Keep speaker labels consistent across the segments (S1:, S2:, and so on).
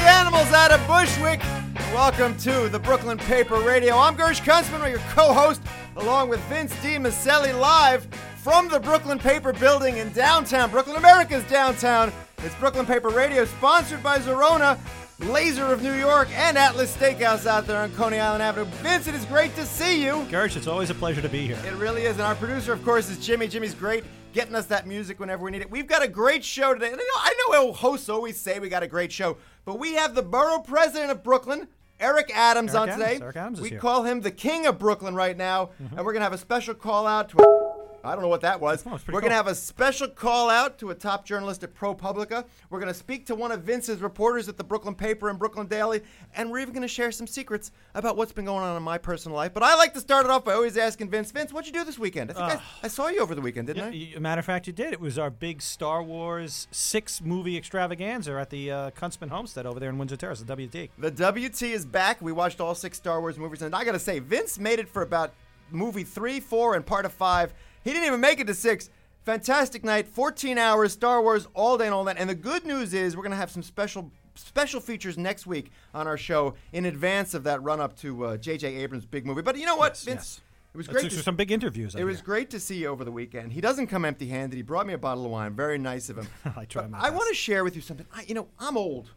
S1: out of Bushwick. Welcome to the Brooklyn Paper Radio. I'm Gersh Kunstman, your co-host, along with Vince D. Maselli, live from the Brooklyn Paper building in downtown Brooklyn, America's downtown. It's Brooklyn Paper Radio, sponsored by Zorona, Laser of New York, and Atlas Steakhouse out there on Coney Island Avenue. Vince, it is great to see you.
S2: Gersh, it's always a pleasure to be here.
S1: It really is. And our producer, of course, is Jimmy. Jimmy's great getting us that music whenever we need it. We've got a great show today. And I know, I know hosts always say we got a great show, but we have the borough president of Brooklyn, Eric Adams,
S2: Eric
S1: on
S2: Adams.
S1: today.
S2: Eric Adams is
S1: we
S2: here. Mm-hmm.
S1: call him the king of Brooklyn right now, and we're going to have a special call out to. A- I don't know what that was.
S2: Oh, it's pretty
S1: We're going to
S2: cool.
S1: have a special call out to a top journalist at ProPublica. We're going to speak to one of Vince's reporters at the Brooklyn Paper and Brooklyn Daily, and we're even going to share some secrets about what's been going on in my personal life. But I like to start it off by always asking Vince, Vince, what'd you do this weekend? I think
S2: Ugh.
S1: I, I saw you over the weekend, didn't
S2: Yeah,
S1: I?
S2: y- a matter of fact, you did. It was our big Star Wars six movie extravaganza at the uh, Kunstman Homestead over there in Windsor Terrace, the WD.
S1: The WT is back. We watched all six Star Wars movies, and I gotta say, Vince made it for about movie three, four, and part of five. He didn't even make it to six. Fantastic night, 14 hours, Star Wars all day and all night. And the good news is, we're gonna have some special special features next week on our show in advance of that run up to uh, J.J. Abrams' big movie. But you know what,
S2: Yes,
S1: Vince?
S2: yes.
S1: It was
S2: That's
S1: great.
S2: just
S1: to-
S2: some big interviews.
S1: it was great to see you over the weekend. He doesn't come empty-handed. He brought me a bottle of wine. Very nice of him.
S2: I try
S1: But
S2: my
S1: I
S2: best.
S1: want to share with you something. I, you know, I'm old.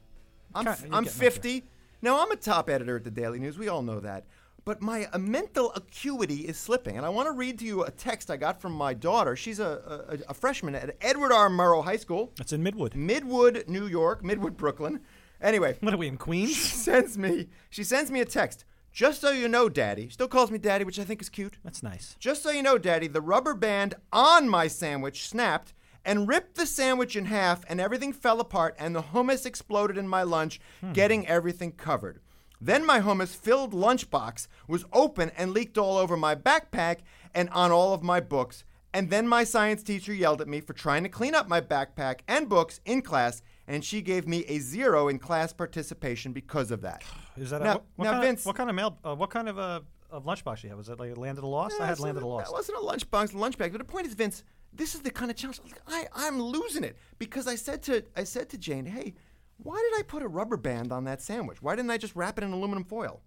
S1: I'm
S2: Okay,
S1: f-
S2: you're
S1: I'm
S2: getting up there.
S1: 50. Now I'm a top editor at the Daily News. We all know that. But my uh, mental acuity is slipping, and I want to read to you a text I got from my daughter. She's a, a, a freshman at Edward R. Murrow High School,
S2: It's in Midwood.
S1: Midwood, New York, Midwood, Brooklyn. Anyway,
S2: What are we in Queens?
S1: she sends me she sends me a text. Just so you know, Daddy. Still calls me Daddy, which I think is cute.
S2: That's nice.
S1: Just so you know, Daddy, the rubber band on my sandwich snapped and ripped the sandwich in half, and everything fell apart, and the hummus exploded in my lunch, getting everything covered. Then my hummus filled lunchbox was open and leaked all over my backpack and on all of my books. And then my science teacher yelled at me for trying to clean up my backpack and books in class, and she gave me a zero in class participation because of that.
S2: Is that
S1: Now-
S2: a, what, what
S1: now,
S2: kind
S1: Vince-
S2: Of, what kind of mail? Uh, what kind of uh, of lunchbox you have? Was that like land of the lost? I had land of the
S1: That
S2: lost.
S1: wasn't a lunchbox, lunch bag. But the point is, Vince, this is the kind of challenge. like, I, I'm losing it because I said to I said to Jane, hey, why did I put a rubber band on that sandwich? Why didn't I just wrap it in aluminum foil?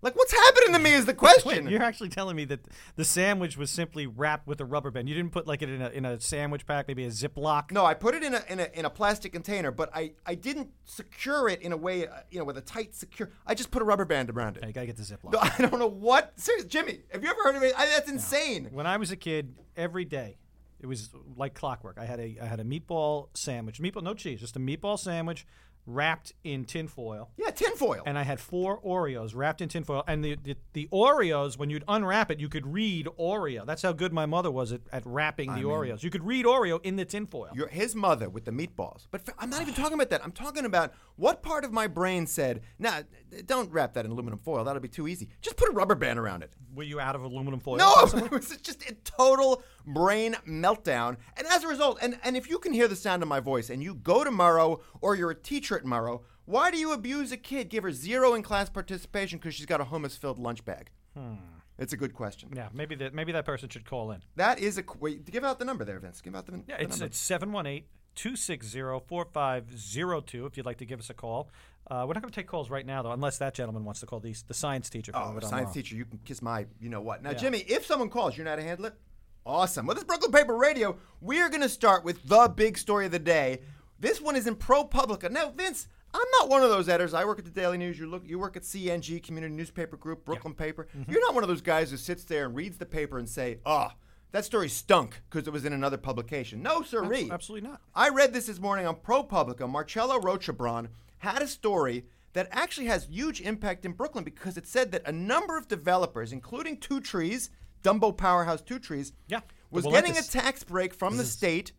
S1: Like, what's happening to me is the
S2: Wait,
S1: question.
S2: you're actually telling me that the sandwich was simply wrapped with a rubber band. You didn't put like it in a in a sandwich pack, maybe a Ziploc.
S1: no, I put it in a, in a in a plastic container, but I, I didn't secure it in a way, uh, you know, with a tight secure. I just put a rubber band around it.
S2: you gotta get the Ziploc.
S1: No, I don't know what. Seriously, Jimmy, have you ever heard of it? I, that's insane.
S2: When I was a kid, every day it was like clockwork. I had a I had a meatball sandwich, meatball no cheese, just a meatball sandwich wrapped in tin foil.
S1: Yeah, tinfoil.
S2: And I had four Oreos wrapped in tinfoil. And the, the, the Oreos, when you'd unwrap it, you could read Oreo. That's how good my mother was at, at wrapping the Oreos. You could read Oreo in the tinfoil.
S1: Your, his mother with the meatballs. But f- I'm not even talking about that. I'm talking about what part of my brain said, nah, don't wrap that in aluminum foil. That'll be too easy. Just put a rubber band around it.
S2: Were you out of aluminum foil?
S1: No, it was just a total brain meltdown. And as a result, and, and if you can hear the sound of my voice and you go to Morrow or you're a teacher at Morrow, why do you abuse a kid, give her zero in class participation because she's got a hummus filled lunch bag?
S2: Hmm.
S1: It's a good question.
S2: Yeah, maybe that maybe that person should call in.
S1: That is a. qu- Wait, give out the number there, Vince. Give out the,
S2: Yeah,
S1: the
S2: it's
S1: number.
S2: it's 718-260-4502 if you'd like to give us a call. Uh, we're not going to take calls right now though, unless that gentleman wants to call the the science teacher.
S1: Oh,
S2: from
S1: a
S2: Don
S1: science
S2: Morrow.
S1: teacher, you can kiss my, you know what. Now, Jimmy, if someone calls, you're not a handler? Awesome. Well, this is Brooklyn Paper Radio. We are going to start with the big story of the day. This one is in ProPublica. Now, Vince, I'm not one of those editors. I work at the Daily News. You look, you work at CNG, Community Newspaper Group, Brooklyn Paper. You're not one of those guys who sits there and reads the paper and say, "Ah, that story stunk because it was in another publication." No, sirree.
S2: Absolutely not.
S1: I read this this morning on ProPublica. Marcello Rochebron had a story that actually has huge impact in Brooklyn because it said that a number of developers, including Two Trees, Dumbo Powerhouse Two Trees,
S2: Yeah,
S1: was
S2: the
S1: getting a
S2: Volantis.
S1: tax break from the state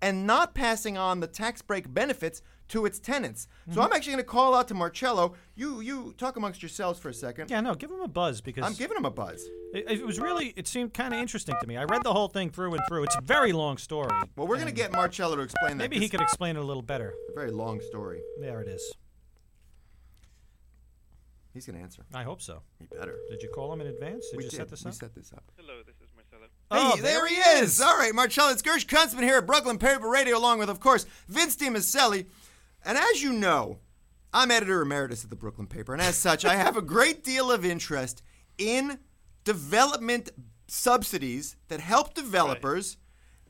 S1: and not passing on the tax break benefits to its tenants. So
S2: Mm-hmm.
S1: I'm actually going to call out to Marcello. You you talk amongst yourselves for a second.
S2: Yeah, no, give him a buzz because
S1: I'm giving him a buzz.
S2: It, it was really, it seemed kind of interesting to me. I read the whole thing through and through. It's a very long story.
S1: Well, we're going to get Marcello to explain that.
S2: Maybe he
S1: This
S2: could explain it a little better.
S1: is a very long story.
S2: There it is.
S1: He's going to answer.
S2: I hope so.
S1: He better.
S2: Did you call him in advance? Did
S1: we
S2: you
S1: did.
S2: set this
S1: we
S2: up?
S1: set this up.
S3: Hello, this is Marcelo.
S2: Oh,
S1: hey, there, he is. All right, Marcello, it's Gersh Kunstman here at Brooklyn Paper Radio, along with, of course, Vince DiMaselli. And as you know, I'm editor emeritus of the Brooklyn paper, and as such, I have a great deal of interest in development subsidies that help developers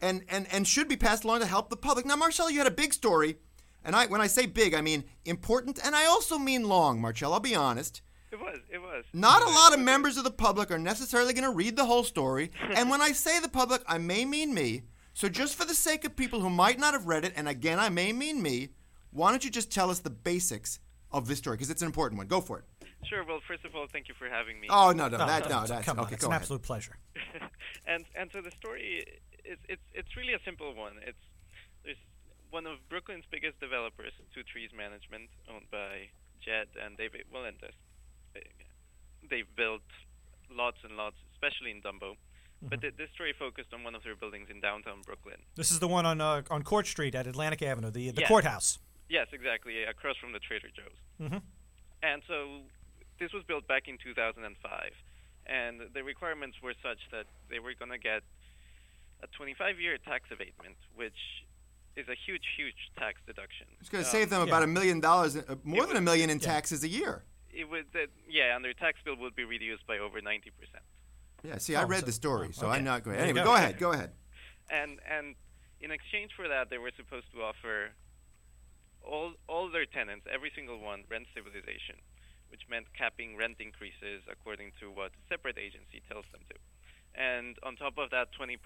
S1: and, and, and should be passed along to help the public. Now, Marcella, you had a big story, and I when I say big, I mean important, and I also mean long, Marcella, I'll be honest.
S3: It was. It was.
S1: Not a lot of members of the public are necessarily going to read the whole story. And when I say the public, I may mean me. So, just for the sake of people who might not have read it, and again, I may mean me, why don't you just tell us the basics of this story? Because it's an important one. Go for it.
S3: Sure. Well, first of all, thank you for having me.
S1: Oh, no, no, that, no, that's
S2: Come on,
S1: okay,
S2: it's
S1: go
S2: an
S1: ahead.
S2: absolute pleasure.
S3: and and so the story is it's it's really a simple one. It's there's one of Brooklyn's biggest developers, Two Trees Management, owned by Jed and David Willentis. They've built lots and lots, especially in Dumbo. But th- this story focused on one of their buildings in downtown Brooklyn.
S2: This is the one on uh, on Court Street at Atlantic Avenue, the the
S3: Yeah.
S2: courthouse.
S3: Yes, exactly, across from the Trader Joe's. And so this was built back in 2005, and the requirements were such that they were going to get a 25-year tax abatement, which is a huge, huge tax deduction.
S1: It's going to
S3: Um,
S1: save them about a million dollars, uh, more than a million in taxes a year.
S3: It would, that yeah, and their tax bill would be reduced by over 90 percent.
S1: Yeah, see, I
S2: Oh,
S1: read
S2: so-
S1: the story, so
S2: okay.
S1: I'm not going.
S2: There you
S1: Anyway,
S2: go.
S1: go. ahead, go ahead.
S3: and and in exchange for that, they were supposed to offer all all their tenants, every single one, rent stabilization, which meant capping rent increases according to what separate agency tells them to. And on top of that, 20%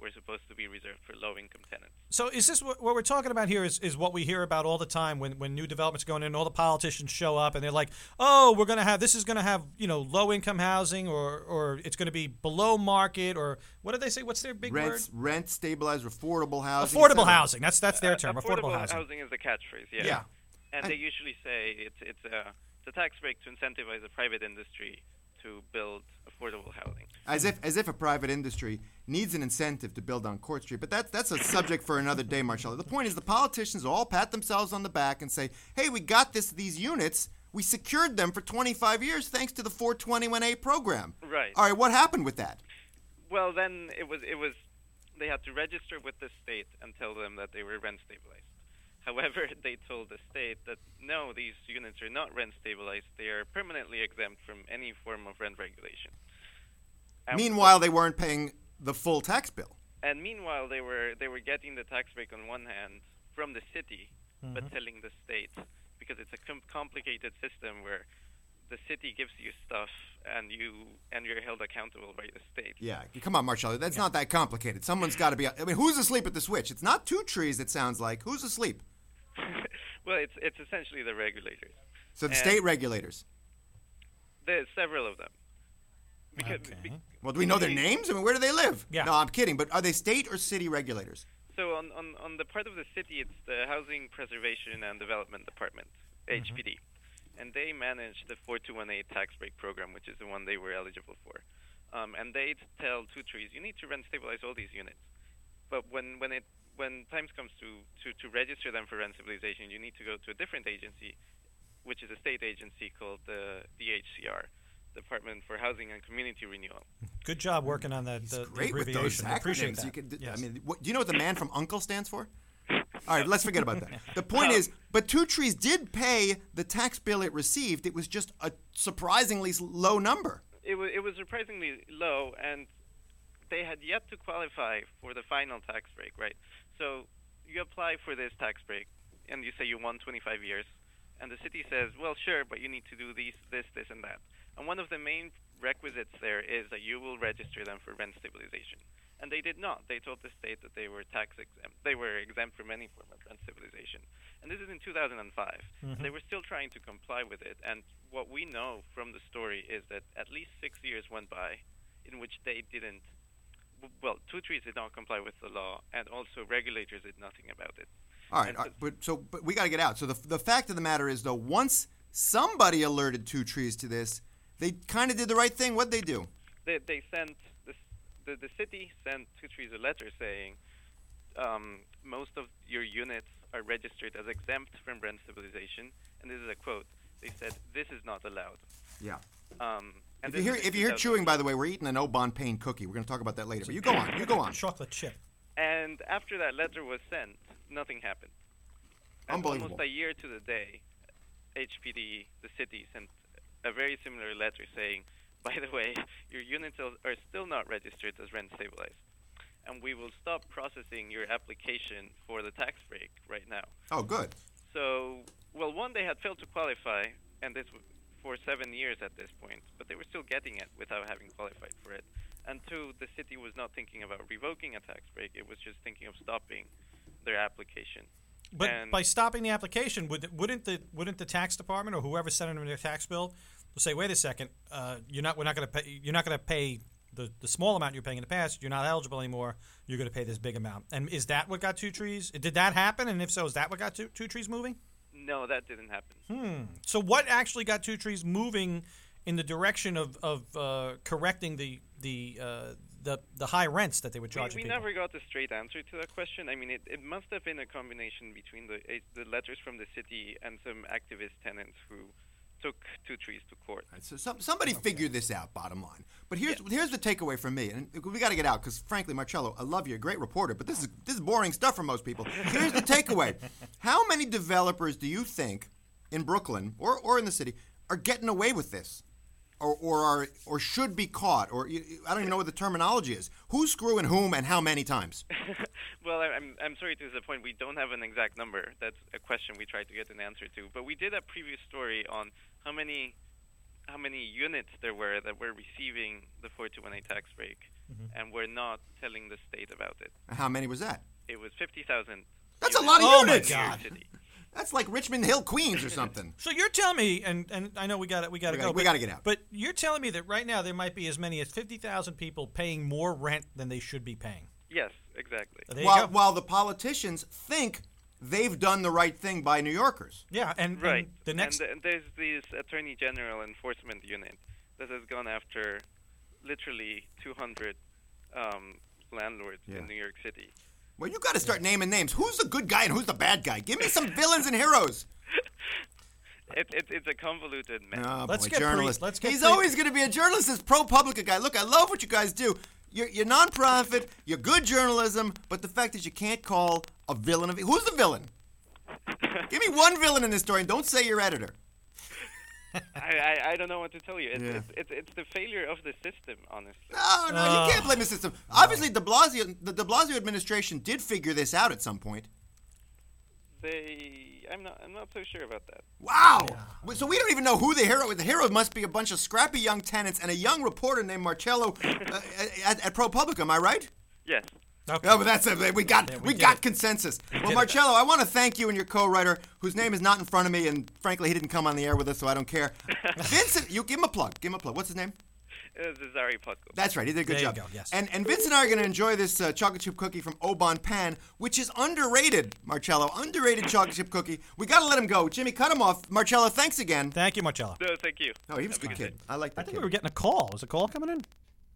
S3: were supposed to be reserved for low-income tenants.
S2: So is this what, what we're talking about here? Is, is what we hear about all the time when, when new developments going in, and all the politicians show up and they're like, oh, we're gonna have this is gonna have you know low income housing or or it's gonna be below market or what did they say? What's their big
S1: Rent, rent stabilized, affordable
S2: word?
S1: housing. et
S2: Affordable
S1: cetera.
S2: housing. That's that's their term.
S3: Uh, affordable,
S2: Affordable, housing.
S3: is the catchphrase, yeah.
S1: Yeah.
S3: And,
S1: And-
S3: they usually say it's it's a it's a tax break to incentivize the private industry to build affordable housing.
S1: As if, as if a private industry needs an incentive to build on Court Street, but that's that's a subject for another day, Marcella. The point is, the politicians all pat themselves on the back and say, "Hey, we got this; these units, we secured them for 25 years thanks to the 421A program."
S3: Right.
S1: All right, what happened with that?
S3: Well, then it was it was they had to register with the state and tell them that they were rent stabilized. However, they told the state that no, these units are not rent stabilized. They are permanently exempt from any form of rent regulation. And,
S1: Meanwhile, they weren't paying the full tax bill.
S3: and meanwhile, they were they were getting the tax break on one hand from the city, but telling the state because it's a com- complicated system where the city gives you stuff and you and you're held accountable by the state.
S1: Yeah, come on, Marcello. That's not that complicated. Someone's got to be. I mean, who's asleep at the switch? It's not two trees. It sounds like who's asleep.
S3: well, it's it's essentially the regulators.
S1: So the
S3: And-
S1: state regulators.
S3: There's several of them. Because,
S2: Okay.
S3: be-
S1: Well, do we know their names? I mean, where do they live?
S2: Yeah.
S1: No, I'm kidding. But are they state or city regulators?
S3: so on, on, on the part of the city, it's the Housing Preservation and Development Department, HPD, and they manage the 4218 tax break program, which is the one they were eligible for. Um, and they tell Two Trees, you need to rent stabilize all these units. But when, when it when times comes to, to, to register them for rent stabilization, you need to go to a different agency, which is a state agency called the DHCR, Department for Housing and Community Renewal.
S2: Good job working on that. The, the
S1: Great with
S2: abbreviation.
S1: those
S2: I Appreciate
S1: acronyms.
S2: that.
S1: You could,
S2: Yes.
S1: I mean, what, do you know what the man from Uncle stands for? All right, let's forget about that. The point is, but Two Trees did pay the tax bill it received. It was just a surprisingly s- low number.
S3: it was it was surprisingly low, and they had yet to qualify for the final tax break, right? So you apply for this tax break, and you say you want 25 years, and the city says, well, sure, but you need to do these, this, this, and that. And one of the main requisites there is that you will register them for rent stabilization, and they did not. They told the state that they were tax exempt. They were exempt from any form of rent stabilization, and this is in 2005.
S2: Mm-hmm.
S3: And
S1: Mm-hmm.
S3: they were still trying to comply with it, and what we know from the story is that at least six years went by in which they didn't. w- Well, two trees did not comply with the law, and also regulators did nothing about it.
S1: All right,
S3: And
S1: all right, but so but we got to get out. So the, the fact of the matter is, though, once somebody alerted Two Trees to this, they kind of did the right thing. What'd they do?
S3: They, they sent the, the the city sent two trees a letter saying um, most of your units are registered as exempt from rent stabilization, and this is a quote. They said this is not allowed.
S1: Yeah.
S3: Um, and
S1: If you hear
S3: this is
S1: if you hear
S3: 2000.
S1: chewing, by the way, we're eating an Obon Pain cookie. We're going to talk about that later. But you go on. You go on.
S2: Chocolate chip.
S3: And after that letter was sent, nothing happened. And
S1: Unbelievable.
S3: Almost a year to the day, HPD, the city, sent a very similar letter saying, by the way, your units are are still not registered as rent stabilized. And we will stop processing your application for the tax break right now.
S1: Oh, good.
S3: So, well, one, they had failed to qualify, and this w- for seven years at this point, but they were still getting it without having qualified for it. And two, the city was not thinking about revoking a tax break, it was just thinking of stopping their application.
S2: But
S3: And-
S2: by stopping the application, would, wouldn't the wouldn't the tax department or whoever sent them their tax bill say, "Wait a second, uh, you're not we're not going to pay you're not going to pay the, the small amount you're paying in the past. You're not eligible anymore. You're going to pay this big amount." And is that what got two trees? Did that happen? And if so, is that what got two, two trees moving?
S3: No, that didn't happen.
S2: Hmm? So what actually got two trees moving in the direction of of uh, correcting the the uh, the the high rents that they were
S3: We,
S2: charging
S3: we
S2: people?
S3: never got a straight answer to that question. I mean, it, it must have been a combination between the eh, the letters from the city and some activist tenants who took two trees to court.
S1: All right, So some, somebody figured this out. Bottom line, but here's here's the takeaway from me, and we got to get out because frankly, Marcello, I love you, you're a great reporter, but this is this is boring stuff for most people. Here's the takeaway: How many developers do you think in Brooklyn or, or in the city are getting away with this, or or are or should be caught, or you- you- I don't even know what the terminology is. Who's screwing whom and how many times?
S3: Well, I- I'm, I'm sorry to disappoint. We don't have an exact number. That's a question we tried to get an answer to. But we did a previous story on how many how many units there were that were receiving the 4218 tax break
S2: Mm-hmm.
S3: and were not telling the state about it.
S1: How many was that?
S3: It was 50,000.
S1: That's a
S3: units
S1: lot of
S2: Oh
S3: in
S2: my
S1: units.
S3: New York
S2: God.
S3: City.
S1: That's like Richmond Hill, Queens, or something.
S2: So you're telling me, and, and I know we got to we got
S1: We
S2: to go.
S1: gotta- we
S2: but-
S1: gotta get out.
S2: But you're telling me that right now there might be as many as fifty thousand people paying more rent than they should be paying.
S3: Yes, exactly.
S2: There you
S1: while
S2: go.
S1: while the politicians think they've done the right thing by New Yorkers.
S2: yeah, and,
S3: Right.
S2: and the next
S3: and, th- there's this attorney general enforcement unit that has gone after literally 200 um, landlords
S1: Yeah.
S3: in New York City.
S1: Well, you got to start naming names. Who's the good guy and who's the bad guy? Give me some villains and heroes.
S3: It, it, it's a convoluted mess.
S1: Oh,
S2: Let's
S1: boy,
S2: get
S1: journalist.
S2: pre- let's get
S1: He's
S2: pre-
S1: always going to be a journalist. This ProPublica guy. Look, I love what you guys do. You're, you're nonprofit. You're good journalism. But the fact that you can't call a villain of who's the villain? Give me one villain in this story, and don't say your editor.
S3: I, I, I don't know what to tell you. It's,
S1: Yeah.
S3: it's, it's, it's the failure of the system, honestly.
S1: No, no,
S2: Ah.
S1: you can't blame the system. Obviously, De Blasio, the De Blasio administration did figure this out at some point.
S3: They, I'm not, I'm not so sure about that.
S1: Wow. Well, So we don't even know who the hero is. The hero must be a bunch of scrappy young tenants and a young reporter named Marcello uh, at, at ProPublica. Am I right?
S3: Yes.
S2: okay.
S1: Oh, but that's it. We got
S2: we
S1: we,
S2: did
S1: got
S2: it.
S1: consensus. Well, Marcello, I want to thank you and your co-writer, whose name is not in front of me, and frankly, he didn't come on the air with us, so I don't care. Vincent, you give him a plug. Give him a plug. What's his name?
S3: Uh, Zazari Potko.
S1: That's right. He did a good
S2: There you
S1: job.
S2: go, yes.
S1: And and Vince and I are going to enjoy this uh, chocolate chip cookie from Oban Pan, which is underrated, Marcello. Underrated chocolate chip cookie. We got to let him go. Jimmy, cut him off. Marcello, thanks again.
S2: Thank you, Marcella.
S3: No, thank you.
S1: No, he was a good kid. I like
S2: I
S1: that
S2: think
S1: kid.
S2: we were getting a call. Is a call coming in?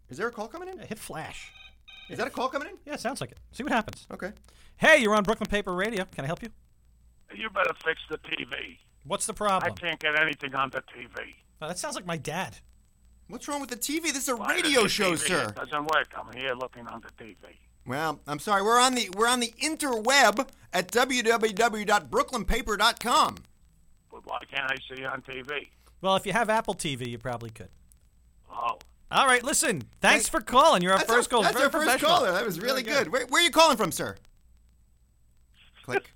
S1: Is there a call coming in?
S2: Yeah, hit flash.
S1: Is that a call coming in?
S2: Yeah, sounds like it. See what happens.
S1: Okay.
S2: Hey, you're on Brooklyn Paper Radio. Can I help you?
S4: You better fix the TV.
S2: What's the
S4: I
S1: Uh-huh.
S2: problem?
S4: can't get anything on the TV.
S2: Oh, that sounds like my dad.
S1: What's wrong with the TV? This is a
S4: Why,
S1: radio
S4: the
S1: show,
S4: TV,
S1: sir.
S4: It doesn't work. I'm here looking on the TV.
S1: Well, I'm sorry. We're on the we're on the interweb at www.brooklynpaper.com.
S4: But why can't I see it on TV?
S2: Well, if you have Apple TV, you probably could.
S4: Oh,
S2: All right, listen. Thanks for calling. You're our
S1: That's
S2: first
S1: our,
S2: caller.
S1: that's
S2: Very
S1: our first
S2: professional.
S1: caller. That was really good. Where, where are you calling from, sir? Click.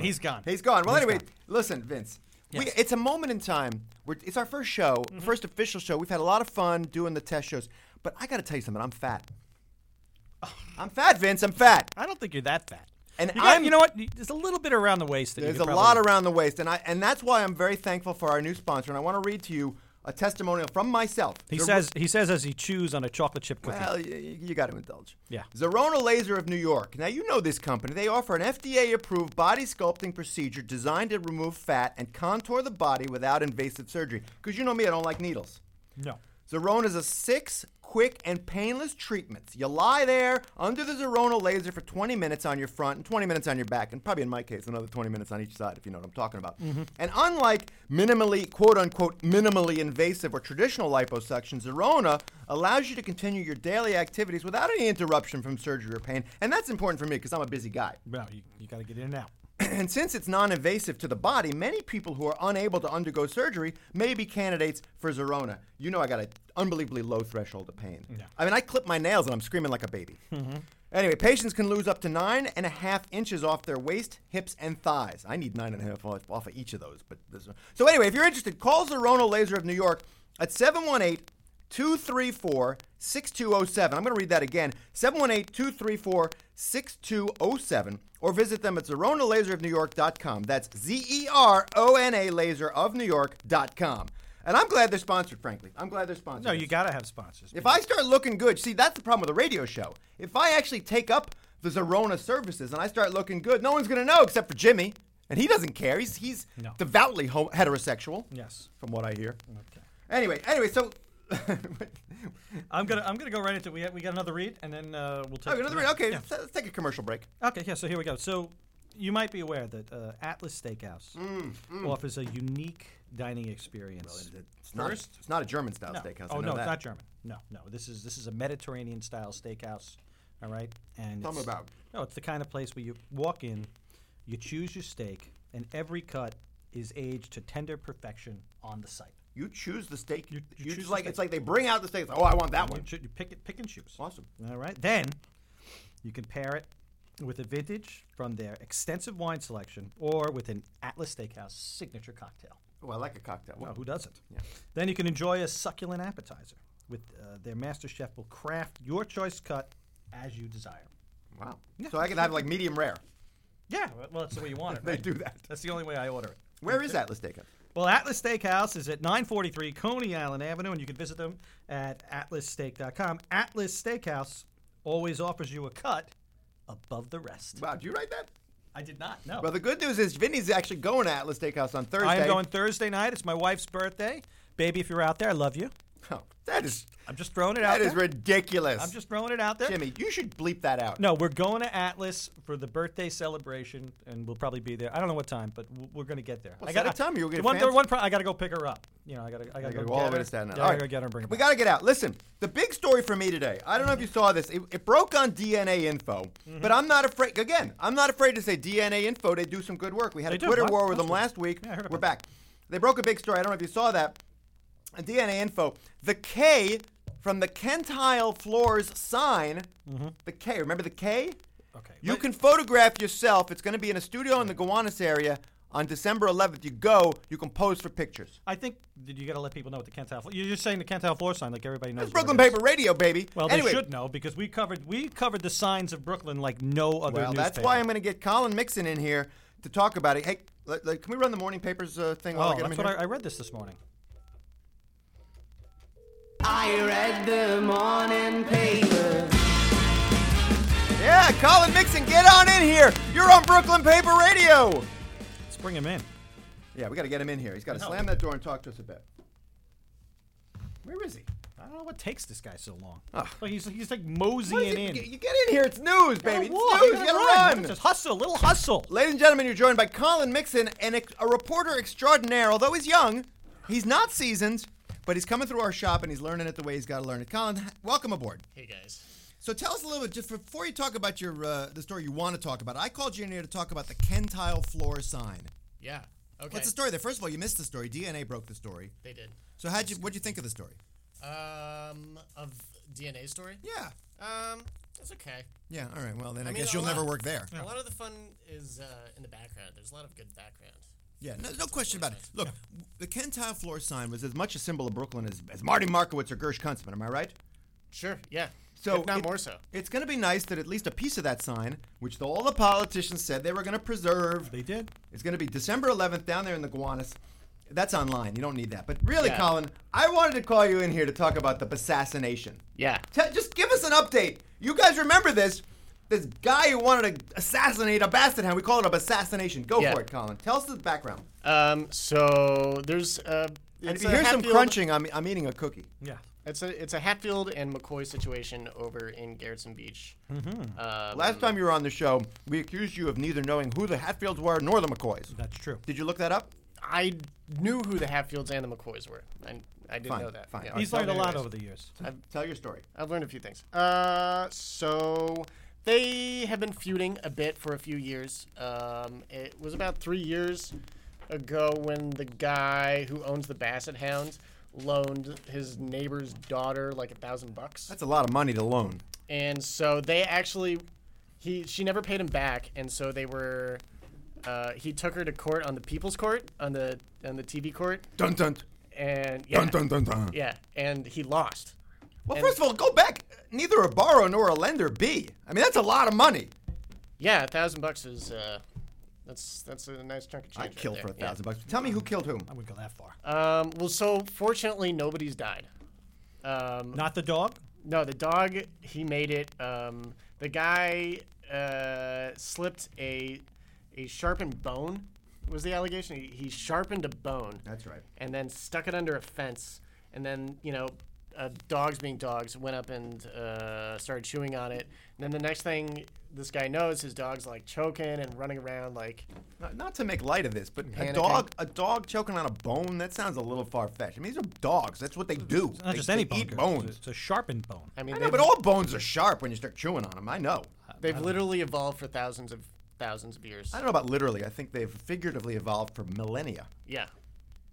S2: He's gone.
S1: He's gone. Well, anyway, listen, Vince. We, it's a moment in time. We're, it's our first show, first official show. We've had a lot of fun doing the test shows, but I got to tell you something. I'm fat. I'm fat, Vince. I'm fat.
S2: I don't think you're that fat.
S1: And
S2: you got-
S1: I'm-
S2: you know what? There's a little bit around the waist. That you
S1: There's a
S2: could
S1: lot
S2: probably-
S1: around the waist, and I and that's why I'm very thankful for our new sponsor. And I want to read to you a testimonial from myself.
S2: He
S1: The-
S2: says he says as he chews on a chocolate chip cookie.
S1: Well, you, you got to indulge.
S2: Yeah.
S1: Zerona Laser of New York. Now, you know this company. They offer an FDA approved body sculpting procedure designed to remove fat and contour the body without invasive surgery. Because you know me, I don't like needles.
S2: no.
S1: Zerona is a six quick and painless treatments. You lie there under the Zerona laser for 20 minutes on your front and 20 minutes on your back, and probably in my case, another 20 minutes on each side, if you know what I'm talking about. And unlike minimally, quote unquote, minimally invasive or traditional liposuction, Zerona allows you to continue your daily activities without any interruption from surgery or pain. And that's important for me because I'm a busy guy.
S2: Well, you, you got to get in and out.
S1: and since it's non invasive to the body, many people who are unable to undergo surgery may be candidates for Zorona. You know, I got an unbelievably low threshold of pain. I mean, I clip my nails and I'm screaming like a baby. Anyway, patients can lose up to nine and a half inches off their waist, hips, and thighs. I need nine and a half off, off of each of those. But this, so anyway, if you're interested, call Zorona Laser of New York at 718- 234 6207. I'm going to read that again 718 234 6207. Or visit them at zeronalaserofnewyork.com. That's Z E R O N A laser of New York.com. And I'm glad they're sponsored, frankly. I'm glad they're sponsored.
S2: No, you got to have sponsors.
S1: If I start looking good, see, that's the problem with the radio show. If I actually take up the Zorona services and I start looking good, no one's going to know except for Jimmy. And he doesn't care. He's, he's
S2: No.
S1: devoutly ho- heterosexual.
S2: Yes.
S1: From what I hear. Okay. Anyway, anyway, so.
S2: I'm gonna I'm gonna go right into we we got another read and then uh, we'll take
S1: Oh, another break. Okay,
S2: Yeah.
S1: so let's take a commercial break.
S2: Okay, yeah, so here we go. So you might be aware that uh, Atlas Steakhouse
S1: Mm,
S2: offers a unique dining experience.
S1: It's not,
S2: First?
S1: it's not a German style steakhouse. I
S2: Oh
S1: know
S2: no,
S1: that.
S2: it's not German. No, no. This is this is a Mediterranean style steakhouse. All right, and
S1: Tell me
S2: it's-
S1: about.
S2: No, it's the kind of place where you walk in, you choose your steak, and every cut is aged to tender perfection on the site.
S1: You choose the steak. You,
S2: you choose
S1: choose
S2: the
S1: like
S2: steak. Mm-hmm.
S1: it's like they bring out the steak. It's like, oh, I want that
S2: You,
S1: one.
S2: cho- you pick it, pick and choose.
S1: Awesome.
S2: All right. Then you can pair it with a vintage from their extensive wine selection or with an Atlas Steakhouse signature cocktail.
S1: Oh, I like a cocktail.
S2: Well,
S1: Well,
S2: who doesn't? Then you can enjoy a succulent appetizer with uh, their master chef will craft your choice cut as you desire.
S1: Wow. So I can have like medium rare.
S2: Yeah, well, well, that's the way you want it.
S1: They
S2: right?
S1: do that.
S2: That's the only way I order it.
S1: Where is Atlas Steakhouse?
S2: Well, Atlas Steakhouse is at 943 Coney Island Avenue, and you can visit them at atlassteak.com. Atlas Steakhouse always offers you a cut above the rest.
S1: Wow, did you write that?
S2: I did not know.
S1: Well, the good news is Vinny's actually going to Atlas Steakhouse on Thursday.
S2: I am going Thursday night. It's my wife's birthday. Baby, if you're out there, I love you.
S1: Oh, that is
S2: I'm just throwing it out
S1: that
S2: there.
S1: is ridiculous.
S2: I'm just throwing it out there.
S1: Jimmy, you should bleep that out.
S2: No, we're going to Atlas for the birthday celebration, and we'll probably be there. I don't know what time, but w- we're going to get there. I
S1: set
S2: gotta-
S1: a time, you'll get
S2: the one, the
S1: fans.
S2: one pro- I got to go pick her up. You know, I got to.
S1: I
S2: I got to go
S1: gotta go all
S2: get
S1: the way
S2: her.
S1: to Staten Island.
S2: Yeah, I
S1: All
S2: gotta
S1: right.
S2: go get her and bring her
S1: we
S2: back.
S1: got to get out. Listen, the big story for me today. I don't know if you saw this. It, it broke on DNA Info,
S2: Mm-hmm.
S1: but I'm not afraid. Again, I'm not afraid to say DNA Info. They do some good work. We had
S2: They
S1: a
S2: do.
S1: Twitter
S2: Wow.
S1: war with them
S2: That's good.
S1: last week.
S2: Yeah, I heard
S1: We're
S2: about
S1: back. They broke a big story. I don't know if you saw that. Uh, DNA Info. The K from the Kentile Floors sign.
S2: Mm-hmm.
S1: The K. Remember the K?
S2: Okay.
S1: You
S2: Wait.
S1: can photograph yourself. It's going to be in a studio in the Gowanus area on December 11th. You go. You can pose for pictures.
S2: I think that you got to let people know what the Kentile. You're just saying the Kentile floor sign, like everybody knows.
S1: It's
S2: what it
S1: Brooklyn
S2: is.
S1: Paper Radio, baby.
S2: Well, they
S1: anyway,
S2: should know because we covered we covered the signs of Brooklyn like no other.
S1: Well, that's
S2: newspaper.
S1: why I'm going to get Colin Mixon in here to talk about it. Hey, l- l- can we run the morning papers uh, thing while I
S2: Oh,
S1: get him
S2: that's
S1: in
S2: what I,
S1: here?
S2: I read this this morning.
S5: I read the morning paper.
S1: yeah, Colin Mixon, get on in here. You're on Brooklyn Paper Radio.
S2: Let's bring him in.
S1: Yeah, we got to get him in here. He's got to
S2: No.
S1: slam that door and talk to us a bit. Where is he? Ah.
S2: I don't know what takes this guy so long. Like, he's he's like moseying
S1: What is he-
S2: in.
S1: You you get in here. It's news, baby. It's
S2: walk,
S1: news.
S2: gotta
S1: You got to
S2: run.
S1: run.
S2: Just hustle, little hustle.
S1: Ladies and gentlemen, you're joined by Colin Mixon, and ex- a reporter extraordinaire. Although he's young, he's not seasoned, but he's coming through our shop and he's learning it the way he's got to learn it. Colin, h- welcome aboard.
S6: Hey guys.
S1: So tell us a little bit, just before you talk about your uh, the story you want to talk about. I called you in here to talk about the Kentile floor sign.
S6: Yeah. Okay.
S1: What's the story there? First of all, you missed the story. DNA broke the story.
S6: They did.
S1: So how'd you what'd you think of the story?
S6: Um, of DNA story.
S1: Yeah.
S6: Um, it's okay.
S1: Yeah. All right. Well, then I,
S6: mean,
S1: guess
S6: a
S1: you'll never
S6: lot-
S1: work there.
S6: A lot of the fun is uh, in the background. There's a lot of good background.
S1: Yeah. No, no question about it. Look, the Kentile floor sign was as much a symbol of Brooklyn as, as Marty Markowitz or Gersh Kunstmann. Am I right?
S6: Sure. Yeah.
S1: So
S6: if not
S1: it-
S6: more so.
S1: It's going to be nice that at least a piece of that sign, which the- all the politicians said they were going to preserve,
S2: They did.
S1: is going to be December 11th down there in the Gowanus. That's online. You don't need that. But really,
S6: Yeah.
S1: Colin, I wanted to call you in here to talk about the assassination.
S6: Yeah.
S1: Te- just give us an update. You guys remember this? This guy who wanted to assassinate a basset hound. We call it a assassination. Go
S6: Yeah.
S1: for it, Colin. Tell us the background.
S6: Um. So there's uh.
S1: And if
S6: it's
S1: you
S6: a
S1: hear some
S6: Hatfield-
S1: crunching, I'm, I'm eating a cookie.
S2: Yeah.
S6: It's a it's a Hatfield and McCoy situation over in Garrettson Beach. Mm-hmm. Um,
S1: Last time you were on the show, we accused you of neither knowing who the Hatfields were nor the McCoys.
S2: That's true.
S1: Did you look that up?
S6: I knew who the Hatfields and the McCoys were. I, I didn't
S1: Fine,
S6: know that.
S1: fine.
S6: Yeah.
S2: He's
S6: Well,
S2: learned a lot
S6: anyways.
S2: over the years.
S1: Tell your story.
S6: I've learned a few things. Uh, so they have been feuding a bit for a few years. Um, it was about three years ago when the guy who owns the Basset Hounds loaned his neighbor's daughter like a thousand bucks,
S1: That's a lot of money to loan.
S6: and so they actually, he she never paid him back, and so they were. Uh, he took her to court on the People's Court on the on the TV court,
S1: Dun dun
S6: and yeah,
S1: dun dun dun dun.
S6: yeah, and he lost.
S1: Well, first of all, go back. Neither a borrower nor a lender be. I mean, that's a lot of money.
S6: Yeah, a thousand bucks is uh, that's that's a nice chunk of change.
S1: I
S6: right
S1: killed
S6: there.
S1: for a
S6: Yeah.
S1: thousand bucks. Tell me who killed whom.
S2: I wouldn't go that far.
S6: Um, well, so fortunately, nobody's died. Um,
S2: Not the dog.
S6: no, the dog, he made it. Um, the guy uh, slipped a a sharpened bone. Was the allegation? He, he sharpened a bone.
S1: That's right.
S6: And then stuck it under a fence. And then you know, uh, dogs being dogs went up and uh, started chewing on it. And then the next thing this guy knows, his dog's like choking and running around like
S1: Not, not to make light of this, but a
S6: Panicking.
S1: dog, a dog choking on a bone. That sounds a little far fetched. I mean, these are dogs. That's what they do. they,
S2: Not just any
S1: they
S2: bone.
S1: eat
S2: girl. It's a-
S1: bones.
S2: It's a sharpened bone.
S6: I mean,
S1: I know,
S6: they've-
S1: but all bones are sharp when you start chewing on them. I know.
S6: They've literally evolved for thousands of thousands of years.
S1: I don't know about literally. I think they've figuratively evolved for millennia.
S6: Yeah,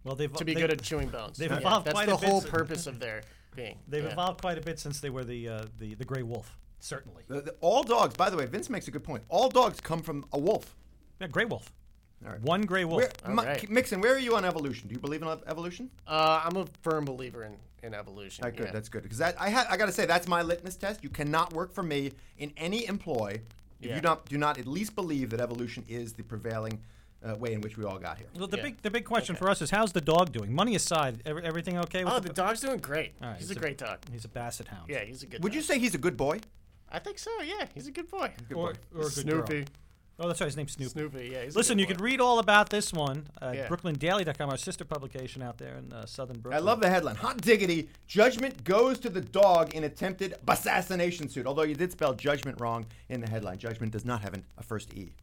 S2: Well, they've
S6: to be
S2: they-
S6: good at chewing bones.
S2: they've
S6: Yeah,
S2: evolved
S6: That's
S2: quite
S6: the
S2: a bit
S6: whole
S2: since-
S6: purpose of their being.
S2: They've
S6: yeah.
S2: evolved quite a bit since they were the uh, the the gray wolf. Certainly.
S1: The- the- all dogs, by the way, Vince makes a good point. All dogs come from a wolf.
S2: Yeah, gray wolf.
S1: All right.
S2: One gray wolf.
S1: Where, Ma-
S6: right.
S1: Mixon, where are you on evolution? Do you believe in ev- evolution?
S6: Uh, I'm a firm believer in, in evolution.
S1: All right, good.
S6: yeah.
S1: That's good because that, I ha- I gotta say that's my litmus test. You cannot work for me in any employ if
S6: Yeah.
S1: you not do not at least believe that evolution is the prevailing uh, way in which we all got here.
S2: Well, the
S6: Yeah.
S2: big the big question for us is how's the dog doing? Money aside, every, everything okay? With
S6: oh, the dog's doing great.
S2: All right,
S6: he's a
S2: it's a-
S6: great dog.
S2: He's a basset hound.
S6: Yeah, he's a good.
S1: Would
S6: dog.
S1: you say he's a good boy?
S6: I think so. Yeah, he's a good boy.
S1: Good
S2: Or,
S1: boy.
S2: or a good
S6: Snoopy.
S2: girl. Oh, that's right. His name's Snoopy.
S6: Snoopy. Yeah. He's a
S2: Listen,
S6: good
S2: you
S6: boy.
S2: can read all about this one at
S6: Yeah.
S2: BrooklynDaily.com, our sister publication out there in uh, Southern
S1: I
S2: Brooklyn.
S1: love the headline. Hot diggity! Judgment goes to the dog in attempted assassination suit. Although you did spell judgment wrong in the headline. Judgment does not have an, a first e.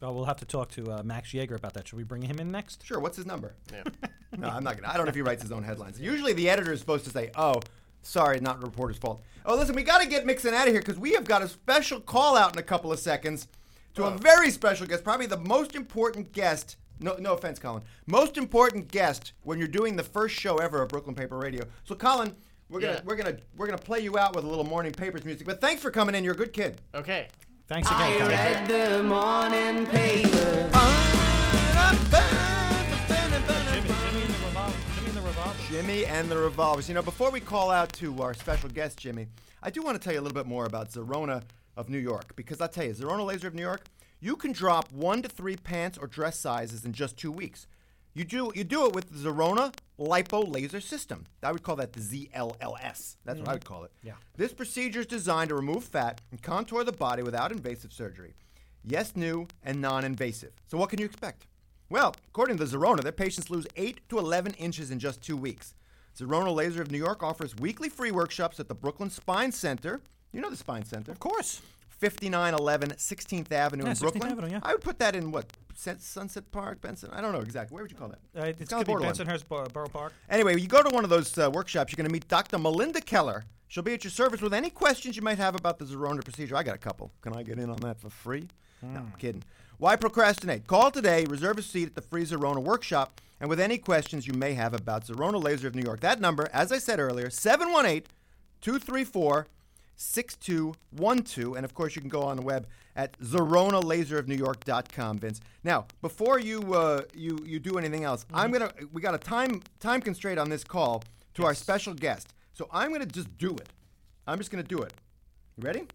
S2: Oh, we'll have to talk to uh, Max Yeager about that. Should we bring him in next?
S1: Sure. What's his number?
S6: Yeah.
S1: No, I'm not gonna. I don't know if he writes his own headlines. Usually, the editor is supposed to say, "Oh, sorry, not the reporter's fault." Oh, listen, we got to get Mixon out of here because we have got a special call out in a couple of seconds to
S6: Oh.
S1: a very special guest, probably the most important guest. No, no offense, Colin. Most important guest when you're doing the first show ever at Brooklyn Paper Radio. So, Colin, we're gonna
S6: Yeah.
S1: we're gonna we're gonna play you out with a little morning papers music. But thanks for coming in. You're a good kid.
S6: Okay.
S2: Thanks again,
S5: I
S2: Colin.
S5: read the morning paper.
S2: Jimmy
S1: Jimmy and
S2: and the revolver. Jimmy and the revolver.
S1: the Revolvers. You know, before we call out to our special guest, Jimmy, I do want to tell you a little bit more about Zerona of New York because I'll tell you, Zerona Laser of New York, you can drop one to three pants or dress sizes in just two weeks. You do you do it with the Zerona Lipo Laser System. I would call that the ZLLS. That's what I would call it.
S2: Yeah.
S1: This procedure is designed to remove fat and contour the body without invasive surgery. Yes, new and non invasive. So, what can you expect? Well, according to Zerona, their patients lose 8 to 11 inches in just two weeks. Zerona Laser of New York offers weekly free workshops at the Brooklyn Spine Center. You know the Spine Center.
S2: Of course.
S1: 5911 16th Avenue
S2: Yeah,
S1: in
S2: 16th
S1: Brooklyn.
S2: Avenue, yeah.
S1: I would put that in what? Sun- Sunset Park, Benson? I don't know exactly. Where would you call that?
S2: Uh, it's
S1: kind
S2: going
S1: of
S2: to be
S1: borderline.
S2: Bensonhurst Bor- Borough Park.
S1: Anyway, you go to one of those uh, workshops, you're going to meet Dr. Melinda Keller. She'll be at your service with any questions you might have about the Zerona procedure. I got a couple. Can I get in on that for free? No, I'm kidding. Why procrastinate? Call today, reserve a seat at the free Zerona workshop, and with any questions you may have about Zerona Laser of New York. That number, as I said earlier, 718 234 6212. And of course, you can go on the web at zeronalaserofnewyork.com, Vince. Now, before you uh, you you do anything else, I'm
S2: Mm-hmm.
S1: gonna we got a time time constraint on this call to our special guest, so I'm gonna just do it. I'm just gonna do it. You ready?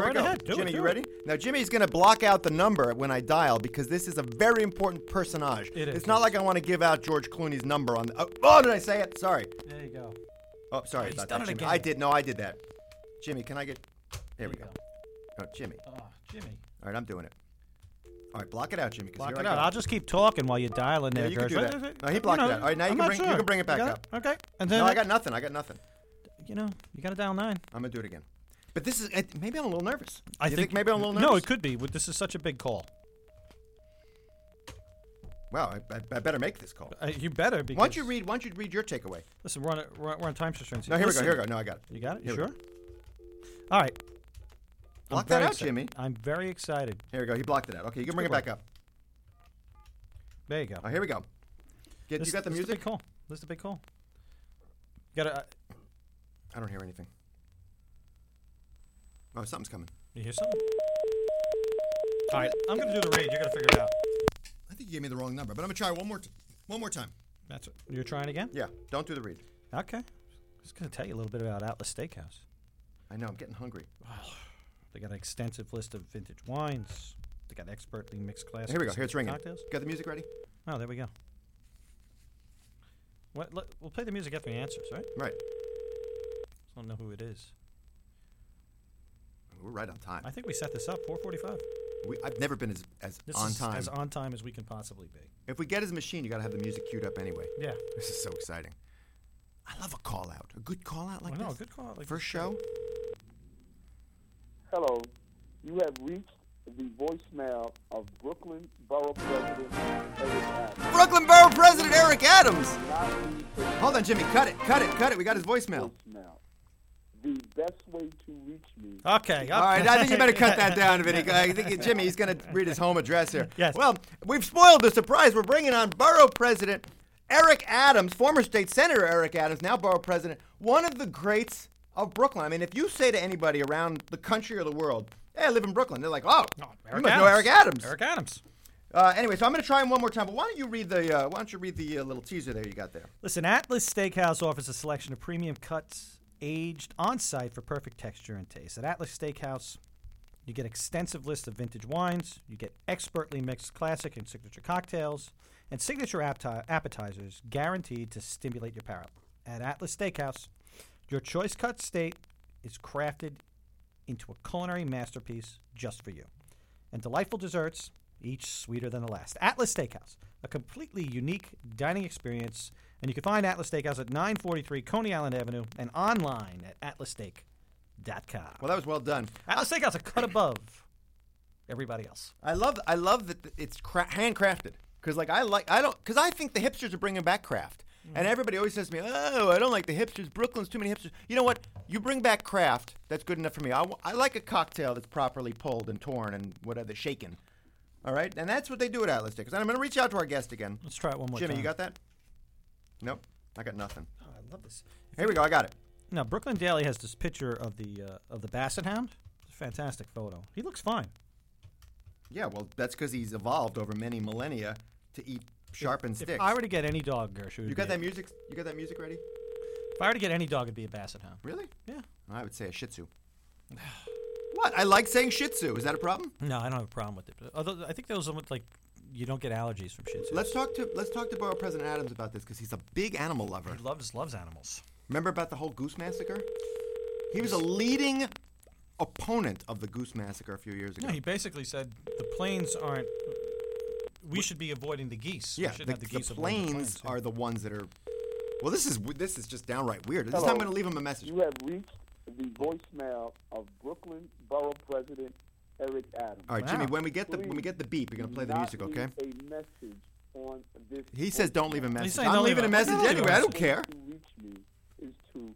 S1: Here we
S2: right ahead. Do it,
S1: Jimmy,
S2: do
S1: you
S2: it.
S1: ready? Now, Jimmy's going to block out the number when I dial because this is a very important personage.
S2: It is.
S1: It's not like I want to give out George Clooney's number on the. Oh, oh, did I say it? Sorry.
S2: There you go.
S1: Oh, sorry
S2: He's
S1: about
S2: done
S1: that.
S2: it
S1: Jimmy.
S2: again.
S1: I did. No, I did that. Jimmy, can I get? There we
S2: you
S1: go. Oh, Jimmy.
S2: Oh, Jimmy.
S1: All right, I'm doing it. All right, block it out, Jimmy. 'cause
S2: Block
S1: here
S2: it
S1: I
S2: out.
S1: go.
S2: I'll just keep talking while you dial in
S1: Yeah,
S2: there,
S1: you can
S2: George.
S1: do that. No, he blocked that. All right, now you
S2: I'm
S1: can
S2: not
S1: bring- you
S2: sure.
S1: can bring it back
S2: got
S1: up.
S2: Okay. And then
S1: No, I got nothing. I got nothing.
S2: You know, you got to dial nine.
S1: I'm gonna do it again. But this is I- maybe I'm a little nervous.
S2: I
S1: You think, maybe I'm a little nervous.
S2: No, it could be. But This is such a big call.
S1: Wow, I, I, I better make this call.
S2: Uh, you better because.
S1: Why don't you read? Why don't you read your takeaway?
S2: Listen, we're on, a, we're on- we're on time constraints.
S1: No, here
S2: Listen.
S1: we go. Here we go. No, I got it.
S2: You got it? You
S1: Here we
S2: sure? All right.
S1: Block
S2: very
S1: that out,
S2: exci-
S1: Jimmy.
S2: I'm very excited.
S1: Here we go. He blocked it out. Okay, you can bring it back up.
S2: There you go.
S1: Oh, here we go. Get,
S2: This-
S1: you got the
S2: this is
S1: music?
S2: big call. This is a big call. You gotta. Uh,
S1: I don't hear anything. Oh, something's coming.
S2: you hear something? All right, I'm gonna do the raid. You're gonna figure it out.
S1: I think you gave me the wrong number, but I'm gonna try one more, t- one more time.
S2: That's it. You're trying again?
S1: Yeah, don't do the read.
S2: Okay. I'm just gonna tell you a little bit about Atlas Steakhouse.
S1: I know. I'm getting hungry.
S2: They got an extensive list of vintage wines. They got expertly mixed classics.
S1: Here we go. Here
S2: and
S1: it's ringing.
S2: Cocktails.
S1: Got the music ready?
S2: Oh, there we go. What? Let, we'll play the music after he answers, right?
S1: Right.
S2: Just don't know who it is.
S1: We're right on time.
S2: I think we set this up 4:45.
S1: We, I've never been as, as
S2: This
S1: on
S2: is
S1: time.
S2: as on time as we can possibly be.
S1: if we get his machine, you gotta have the music queued up anyway.
S2: Yeah.
S1: This is so exciting. I love a call out. A good call out like
S2: Well, no,
S1: this.
S2: good call out like
S1: First show.
S7: Hello. You have reached the voicemail of Brooklyn Borough President Eric Adams.
S1: Brooklyn Borough President Eric Adams.
S7: Not leave his
S1: Hold on, Jimmy. Cut it. Cut it. Cut it. We got his voicemail.
S7: voicemail. The best way to reach me.
S1: Oh,
S2: Okay. okay.
S1: All right, I think you better cut that down, Vinny. I think Jimmy, he's going to read his home address here.
S2: Yes.
S1: Well, we've spoiled the surprise. We're bringing on Borough President Eric Adams, former state senator Eric Adams, now Borough President, one of the greats of Brooklyn. I mean, if you say to anybody around the country or the world, "Hey, I live in Brooklyn," they're like, "Oh,
S2: Oh,
S1: you must know Eric Adams."
S2: Eric Adams.
S1: Uh, anyway, so I'm going to try him one more time. But why don't you read the uh, Why don't you read the uh, little teaser there you got there?
S2: Listen, Atlas Steakhouse offers a selection of premium cuts aged on site for perfect texture and taste. At Atlas Steakhouse, you get extensive list of vintage wines, you get expertly mixed classic and signature cocktails, and signature apti- appetizers guaranteed to stimulate your palate. At Atlas Steakhouse, your choice cut steak is crafted into a culinary masterpiece just for you. And delightful desserts, each sweeter than the last. Atlas Steakhouse, a completely unique dining experience. And you can find Atlas Steakhouse at 943 Coney Island Avenue and online at atlassteak.com.
S1: Well, that was well done.
S2: Atlas Steakhouse, a cut above everybody else.
S1: I love I love that it's cra- handcrafted because like I like I don't because I think the hipsters are bringing back craft
S2: Mm-hmm.
S1: and everybody always says to me oh I don't like the hipsters Brooklyn's too many hipsters you know what you bring back craft that's good enough for me I, w- I like a cocktail that's properly pulled and torn and whatever shaken all right and that's what they do at Atlas Dickers and I'm gonna reach out to our guest again
S2: Let's try it one more
S1: Jimmy
S2: time.
S1: you got that nope I got nothing
S2: Oh, I love this.
S1: here we go I got it
S2: Now, Brooklyn Daily has this picture of the uh, of the Basset Hound. It's a fantastic photo. He looks fine.
S1: yeah well that's because he's evolved over many millennia to eat sharpened sticks
S2: If I were to get any dog, Gersh, it would
S1: you
S2: be
S1: got
S2: a-
S1: that music you got that music ready
S2: If I were to get any dog, it'd be a Basset Hound.
S1: really
S2: Yeah.
S1: I would say a Shih Tzu. what? I like saying Shih Tzu. Is that a problem?
S2: No, I don't have a problem with it. But although I think those are what, like you don't get allergies from shit.
S1: Let's talk to let's talk to Borough President Adams about this because he's a big animal lover.
S2: He loves loves animals.
S1: Remember about the whole goose massacre? He was a leading opponent of the goose massacre a few years ago.
S2: No, he basically said the planes aren't. We should be avoiding the geese.
S1: yeah,
S2: we
S1: the,
S2: shouldn't have the
S1: the
S2: geese avoiding
S1: planes,
S2: the planes yeah.
S1: are the ones that are. Well, this is w- this is just downright weird. This
S7: Hello.
S1: time I'm going to leave him a message.
S7: You have reached the voicemail of Brooklyn Borough President Eric Adams.
S1: All right, Jimmy.
S2: Wow.
S1: When we get the when we get the beep, you're going to play the
S7: Not
S1: music,
S7: leave
S1: okay?
S7: A message on this
S1: He says don't leave a message.
S2: saying
S1: I'm
S2: don't leave
S1: leaving
S2: a-
S1: a
S2: I'm not
S1: message
S2: leaving
S1: anyway.
S2: a
S1: I don't
S2: message.
S1: care.
S7: To reach me is to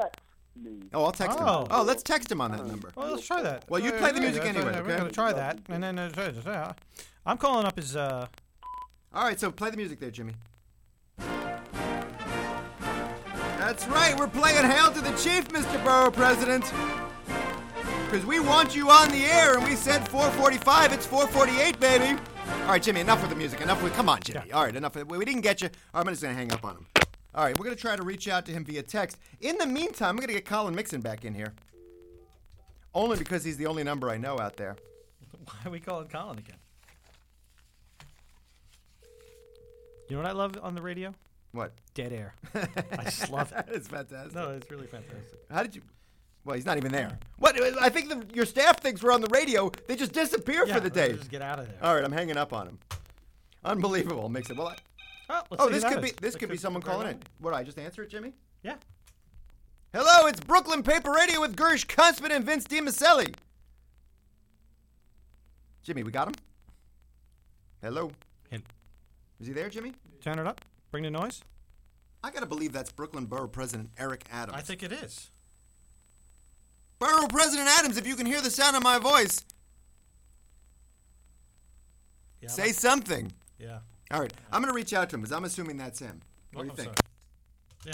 S7: text me.
S1: Oh, I'll text
S2: Oh.
S1: him. Oh, let's text him on that number.
S2: Well, let's try that.
S1: Well, you play the music anyway,
S2: We're
S1: okay?
S2: gonna try that, and then uh, try- try- I'm calling up his. Uh,
S1: All right, so play the music there, Jimmy. That's right, we're playing Hail to the Chief, Mr. Borough President. Because we want you on the air, and we said 445, it's 448, baby. All right, Jimmy, enough with the music. Enough with, come on, Jimmy. All right, enough. We we didn't get you. All right, I'm just going to hang up on him. All right, we're going to try to reach out to him via text. In the meantime, I'm going to get Colin Mixon back in here. Only because he's the only number I know out there.
S2: why are we calling Colin again? You know what I love on the radio?
S1: What?
S2: Dead air. I just love it.
S1: That is fantastic.
S2: No, it's really fantastic.
S1: How did you? Well, he's not even there. What? I think the, your staff thinks we're on the radio. They just disappear
S2: Yeah,
S1: for the
S2: let's
S1: day. Uh,
S2: Just get out of there.
S1: All right, I'm hanging up on him. Unbelievable. Makes it. Well, I,
S2: oh, let's
S1: oh,
S2: see
S1: this
S2: who that
S1: could be
S2: is.
S1: this
S2: That
S1: could be someone
S2: very
S1: calling
S2: well
S1: in. What? do I just answer it, Jimmy.
S2: be. Yeah.
S1: Hello, it's Brooklyn Paper Radio with Gersh Kunstman and Vince DiMaselli. Jimmy, we got him. Hello,
S2: Hel-
S1: is he there, Jimmy?
S2: Turn it up. Bring the noise.
S1: I gotta believe that's Brooklyn Borough President Eric Adams.
S2: I think it is.
S1: Borough President Adams, if you can hear the sound of my voice,
S2: Yeah, I'm-
S1: say something.
S2: yeah.
S1: All right, I'm going to reach out to him because I'm assuming that's him. What do you
S2: I'm
S1: think?
S2: sorry.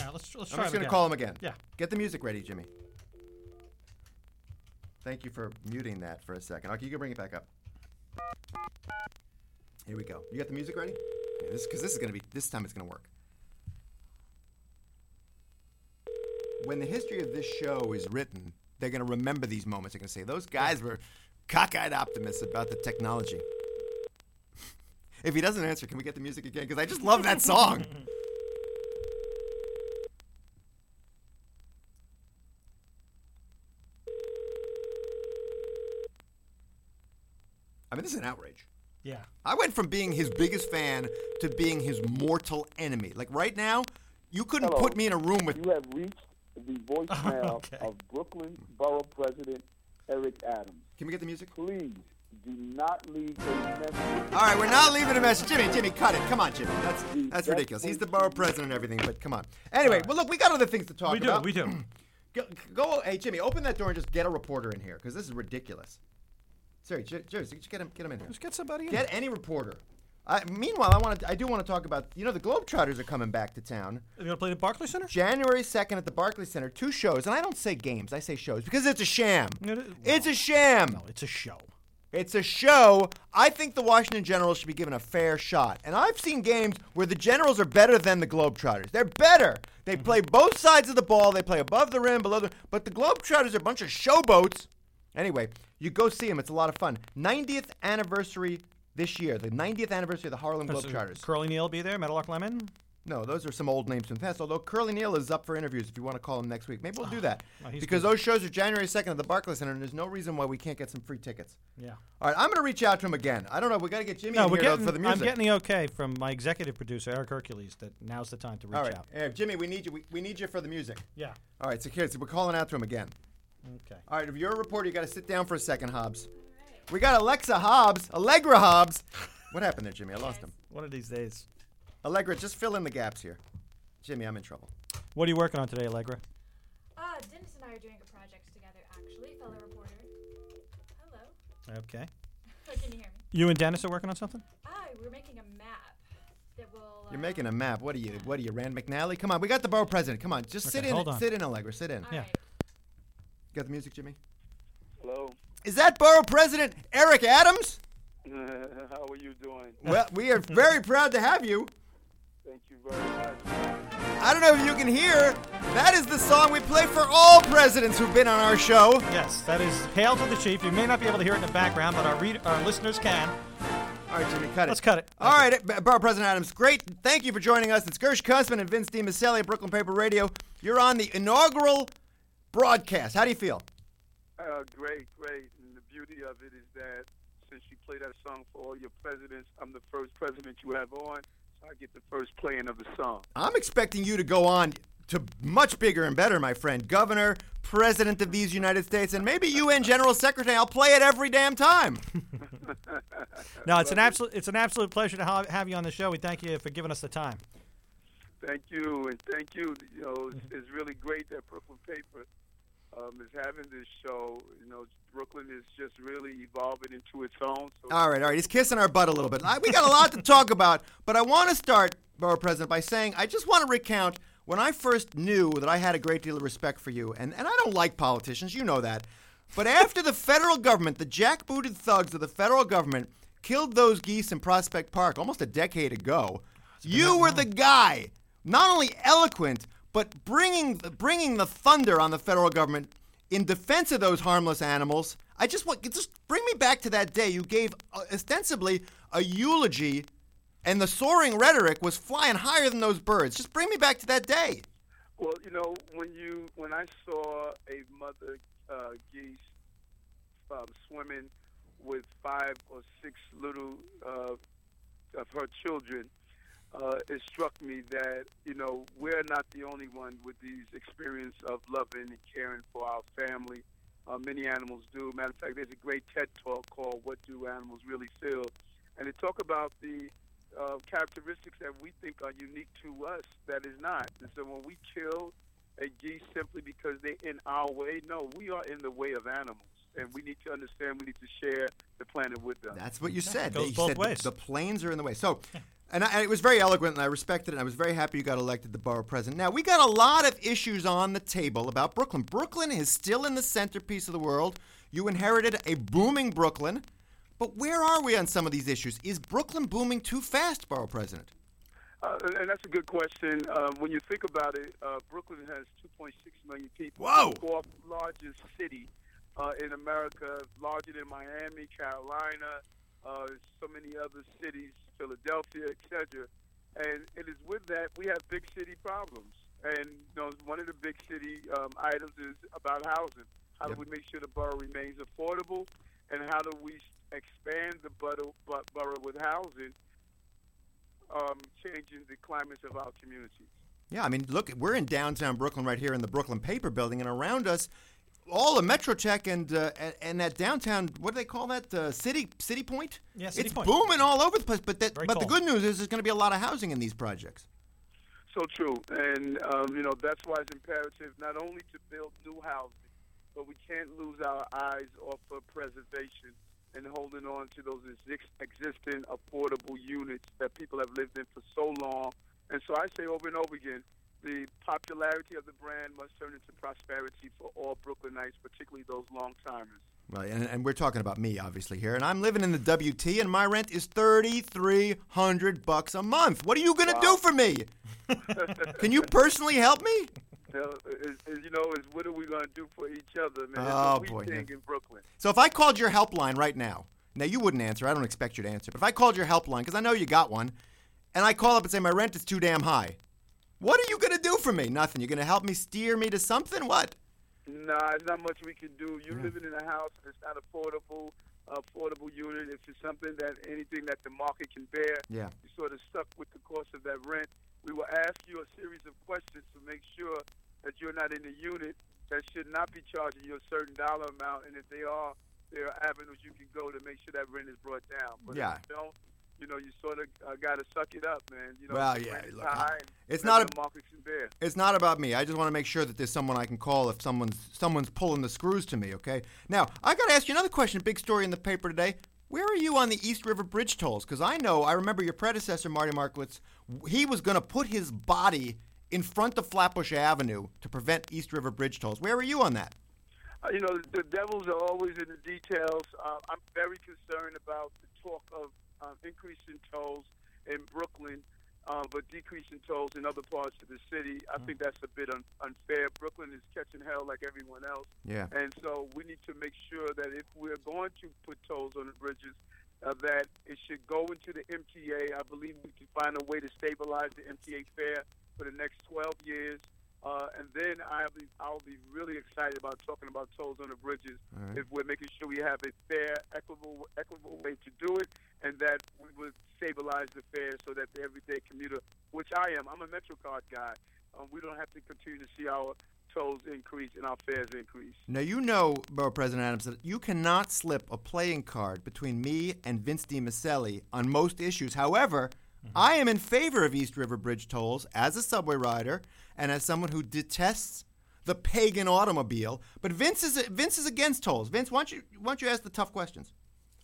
S2: Yeah, let's let's
S1: I'm
S2: try
S1: just going
S2: him
S1: to
S2: again.
S1: call him again.
S2: Yeah.
S1: Get the music ready, Jimmy. Thank you for muting that for a second. Okay, you can bring it back up. Here we go. You got the music ready? Yeah, this because this is going to be this time it's going to work. When the history of this show is written, they're going to remember these moments. They're going to say those guys were cockeyed optimists about the technology. if he doesn't answer, can we get the music again? Because I just love that song. I mean, this is an outrage.
S2: Yeah.
S1: I went from being his biggest fan to being his mortal enemy. Like right now, you couldn't
S7: Hello.
S1: put me in a room with.
S7: You have reached the voicemail
S2: Okay.
S7: of Brooklyn Borough President Eric Adams.
S1: Can we get the music?
S7: Please do not leave a message.
S1: All right, we're not leaving a message. Jimmy, Jimmy, cut it. Come on, Jimmy. That's that's
S7: That's
S1: ridiculous. He's the borough president and everything, but come on. Anyway, well, look, we got other things to talk
S2: We do.
S1: about.
S2: We do.
S1: Go, go, hey, Jimmy, open that door and just get a reporter in here because this is ridiculous. Sorry, J- Jerry, just get him, get him in here.
S2: Let's get somebody. In.
S1: Get any reporter. I, meanwhile, I want to. I do want to talk about. You know, the Globetrotters are coming back to town.
S2: You gonna play the Barclays Center?
S1: January 2nd at the Barclays Center, two shows, and I don't say games, I say shows because it's a sham.
S2: It is-
S1: It's a sham.
S2: It's a show.
S1: It's a show. I think the Washington Generals should be given a fair shot. And I've seen games where the Generals are better than the Globetrotters. They're better. They
S2: Mm-hmm.
S1: play both sides of the ball, they play above the rim, below the But the Globetrotters are a bunch of showboats. Anyway, you go see them. It's a lot of fun. 90th anniversary this year, the 90th anniversary of the Harlem Globetrotters.
S2: Curly Neal be there. Metallock Lemon.
S1: No, those are some old names from the past. Although Curly Neal is up for interviews if you want to call him next week. Maybe we'll do that.
S2: Ah, well, he's
S1: because those shows are January 2nd at the Barclays Center, and there's no reason why we can't get some free tickets.
S2: Yeah.
S1: All right, I'm going to reach out to him again. I don't know. we got to get Jimmy
S2: No,
S1: in
S2: we're
S1: here though,
S2: getting.
S1: for the
S2: I'm
S1: music.
S2: getting the okay from my executive producer Eric Hercules that now's the time to reach
S1: All right.
S2: out.
S1: Eh, Jimmy, we need you. We, we need you for the music.
S2: Yeah.
S1: All right, so here, so we're calling out to him again.
S2: Okay.
S1: All right, if you're a reporter, you got to sit down for a second, Hobbs. We got Alexa Hobbs, Allegra Hobbs. What happened there, Jimmy? I lost him.
S2: One of these days.
S1: Allegra, just fill in the gaps here. Jimmy, I'm in trouble.
S2: What are you working on today, Allegra?
S8: Ah, Dennis and I are doing a project together, actually, fellow reporter. Hello.
S2: Okay.
S8: Can you hear me?
S2: You and Dennis are working on something.
S8: Ah, we're making a map that will. uh,
S1: You're making a map. What are you? What are you, Rand McNally? Come on, we got the borough president. Come on, just sit
S2: Okay,
S1: in.
S2: hold on.
S1: Sit in, Allegra. Sit in.
S2: yeah.
S1: Got the music, Jimmy?
S7: Hello.
S1: Is that borough president Eric Adams?
S7: How are you doing?
S1: Well, we are very proud to have you.
S7: Thank you very much.
S1: I don't know if you can hear. That is the song we play for all presidents who've been on our show.
S2: Yes, that is hail to the chief. You may not be able to hear it in the background, but our read- our listeners can.
S1: All right, Jimmy, cut it.
S2: Let's cut it.
S1: All right, B- Borough President Adams, great. Thank you for joining us. It's Gersh Cussman and Vince DiMaselli at Brooklyn Paper Radio. You're on the inaugural broadcast. How do you feel?
S9: Uh, great, great. And the beauty of it is that since you play that song for all your presidents, I'm the first president you have on, so I get the first playing of the song.
S1: I'm expecting you to go on to much bigger and better, my friend. Governor, President of these United States, and maybe UN General Secretary. I'll play it every damn time.
S2: No, it's an absolute it's an absolute pleasure to ha- have you on the show. We thank you for giving us the time.
S9: Thank you, and thank you. You know, it's, it's really great that Brooklyn Paper um, is having this show. You know, Brooklyn is just really evolving into its own. So
S1: All right, all right. He's kissing our butt a little bit. I, we got a lot to talk about, but I want to start, Borough President, by saying I just want to recount when I first knew that I had a great deal of respect for you, and, and I don't like politicians, you know that. But after the federal government, the jackbooted thugs of the federal government killed those geese in Prospect Park almost a decade ago, you were the guy, not only eloquent, but bringing the, bringing the thunder on the federal government in defense of those harmless animals, I just want just bring me back to that day you gave uh, ostensibly a eulogy, and the soaring rhetoric was flying higher than those birds. Just bring me back to that day.
S9: Well, you know, when you when I saw a mother uh, geese um, swimming with five or six little uh, of her children, uh, it struck me that you know we're not the only one with these experience of loving and caring for our family. Uh, many animals do. Matter of fact, there's a great TED talk called "What Do Animals Really Feel," and it talk about the uh, characteristics that we think are unique to us that is not. And so when we kill at geese simply because they're in our way. No, we are in the way of animals, and we need to understand. We need to share the planet with them.
S1: That's what you said.
S2: goes
S1: They
S2: both
S1: said the-
S2: ways.
S1: The, planes are in the way. So, and, I, and it was very eloquent, and I respected it. And I was very happy you got elected the borough president. Now we got a lot of issues on the table about Brooklyn. Brooklyn is still in the centerpiece of the world. You inherited a booming Brooklyn, but where are we on some of these issues? Is Brooklyn booming too fast, borough president?
S9: Uh, and- and that's a good question. Uh, when you think about it, uh, Brooklyn has 2.6 million people.
S1: Whoa!
S9: Fourth largest city uh, in America, larger than Miami, Carolina, uh, so many other cities, Philadelphia, etc. And it is with that we have big city problems. And you know, one of the big city um, items is about housing. How do we make sure the borough remains affordable, and how do we expand the borough, bu- borough with housing? um, changing the climates of our communities.
S1: Yeah, I mean, look, we're in downtown Brooklyn right here in the Brooklyn Paper Building, and around us, all of MetroTech and uh, and, and that downtown, what do they call that? Uh, City City Point.
S2: Yeah, City
S1: it's
S2: Point.
S1: booming all over the place. But that,
S2: Very
S1: but the
S2: tall.
S1: good news is, there's going to be a lot of housing in these projects.
S9: So true, and um, you know that's why it's imperative not only to build new housing, but we can't lose our eyes off of preservation and holding on to those exist- existing affordable units that people have lived in for so long. And so I say over and over again, the popularity of the brand must turn into prosperity for all Brooklynites, particularly those long timers.
S1: Well, and, and we're talking about me, obviously here, and I'm living in the WT, and my rent is thirty three hundred bucks a month. What are you going to do for me? Can you personally help me?
S9: You know, is, is, you know, is what are we going to do for each other, man?
S1: Oh,
S9: it's a we
S1: boy,
S9: thing
S1: yeah.
S9: in Brooklyn.
S1: So if I called your helpline right now, now you wouldn't answer. I don't expect you to answer. But if I called your helpline, because I know you got one, and I call up and say my rent is too damn high, what are you gonna do for me? Nothing. You're gonna help me steer me to something? What?
S9: Nah, there's not much we can do. You're living in a house that's not affordable, affordable unit. If it's something that anything that the market can bear,
S1: Yeah.
S9: you're sort of stuck with the cost of that rent. We will ask you a series of questions to make sure that you're not in a unit that should not be charging you a certain dollar amount, and if they are, there are avenues you can go to make sure that rent is brought down. But
S1: Yeah.
S9: if you don't, you know, you sort of uh, got to suck it up, man. You know,
S1: Well,
S9: the
S1: yeah,
S9: rent is
S1: look,
S9: high, and
S1: it's
S9: whatever
S1: not a-
S9: the market can bear.
S1: It's not about me. I just want to make sure that there's someone I can call if someone's someone's pulling the screws to me. Okay. Now I gotta ask you another question. Big story in the paper today. Where are you on the East River Bridge tolls? Because I know I remember your predecessor Marty Markowitz. He was gonna put his body in front of Flatbush Avenue to prevent East River Bridge tolls. Where are you on that?
S9: Uh, you know, the devils are always in the details. Uh, I'm very concerned about the talk of um, increasing tolls in Brooklyn, um, but decreasing tolls in other parts of the city. I think that's a bit un- unfair. Brooklyn is catching hell like everyone else.
S1: Yeah.
S9: And so we need to make sure that if we're going to put tolls on the bridges, uh, that it should go into the MTA. I believe we can find a way to stabilize the MTA fare for the next 12 years. Uh, and then I'll be, I'll be really excited about talking about tolls on the bridges if we're making sure we have a fair, equitable, equitable way to do it, and that we would stabilize the fare so that the everyday commuter, which I am, I'm a MetroCard guy, um, we don't have to continue to see our tolls increase and our fares increase.
S1: Now you know, Borough President Adams, that you cannot slip a playing card between me and Vince DiMaselli on most issues. However, I am in favor of East River Bridge tolls as a subway rider and as someone who detests the pagan automobile. But Vince is Vince is against tolls. Vince, why don't you why don't you ask the tough questions?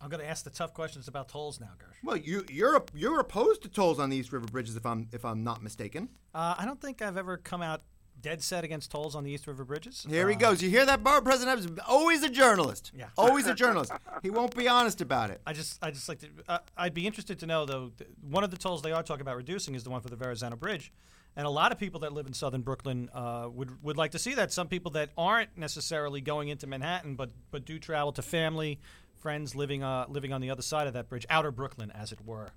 S2: I'm going to ask the tough questions about tolls now, Gersh.
S1: Well, you you're you're opposed to tolls on the East River bridges, if I'm if I'm not mistaken.
S2: Uh, I don't think I've ever come out dead set against tolls on the East River bridges. Uh,
S1: Here he goes. You hear that, Borough President Adams? Always a journalist.
S2: Yeah.
S1: Always a journalist. he won't be honest about it.
S2: I just, I just like to. Uh, I'd be interested to know though. Th- one of the tolls they are talking about reducing is the one for the Verrazano Bridge, and a lot of people that live in Southern Brooklyn uh, would would like to see that. Some people that aren't necessarily going into Manhattan, but but do travel to family, friends living uh, living on the other side of that bridge, outer Brooklyn, as it were.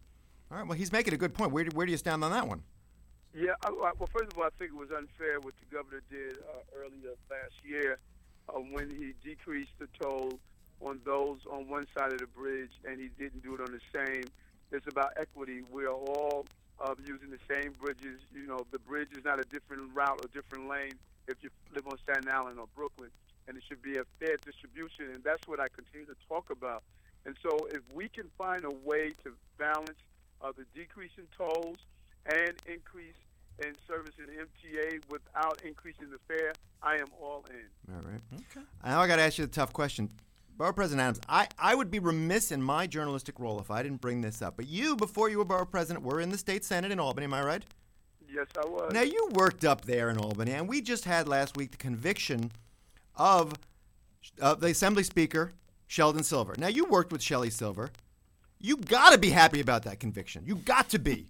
S1: All right. Well, he's making a good point. Where do, where do you stand on that one?
S9: Yeah, I, I, well, first of all, I think it was unfair what the governor did uh, earlier last year uh, when he decreased the toll on those on one side of the bridge and he didn't do it on the same. It's about equity. We are all uh, using the same bridges. You know, the bridge is not a different route or different lane if you live on Staten Island or Brooklyn. And it should be a fair distribution, and that's what I continue to talk about. And so, if we can find a way to balance uh, the decrease in tolls and increase and servicing the MTA without increasing the fare, I am all in.
S1: All right. Okay. Now I got to ask you the tough question. Borough President Adams, I, I would be remiss in my journalistic role if I didn't bring this up. But you, before you were borough president, were in the state senate in Albany, am I right?
S9: Yes, I was.
S1: Now, you worked up there in Albany, and we just had last week the conviction of uh, the Assembly Speaker, Sheldon Silver. Now, you worked with Shelley Silver. You got to be happy about that conviction. You got to be.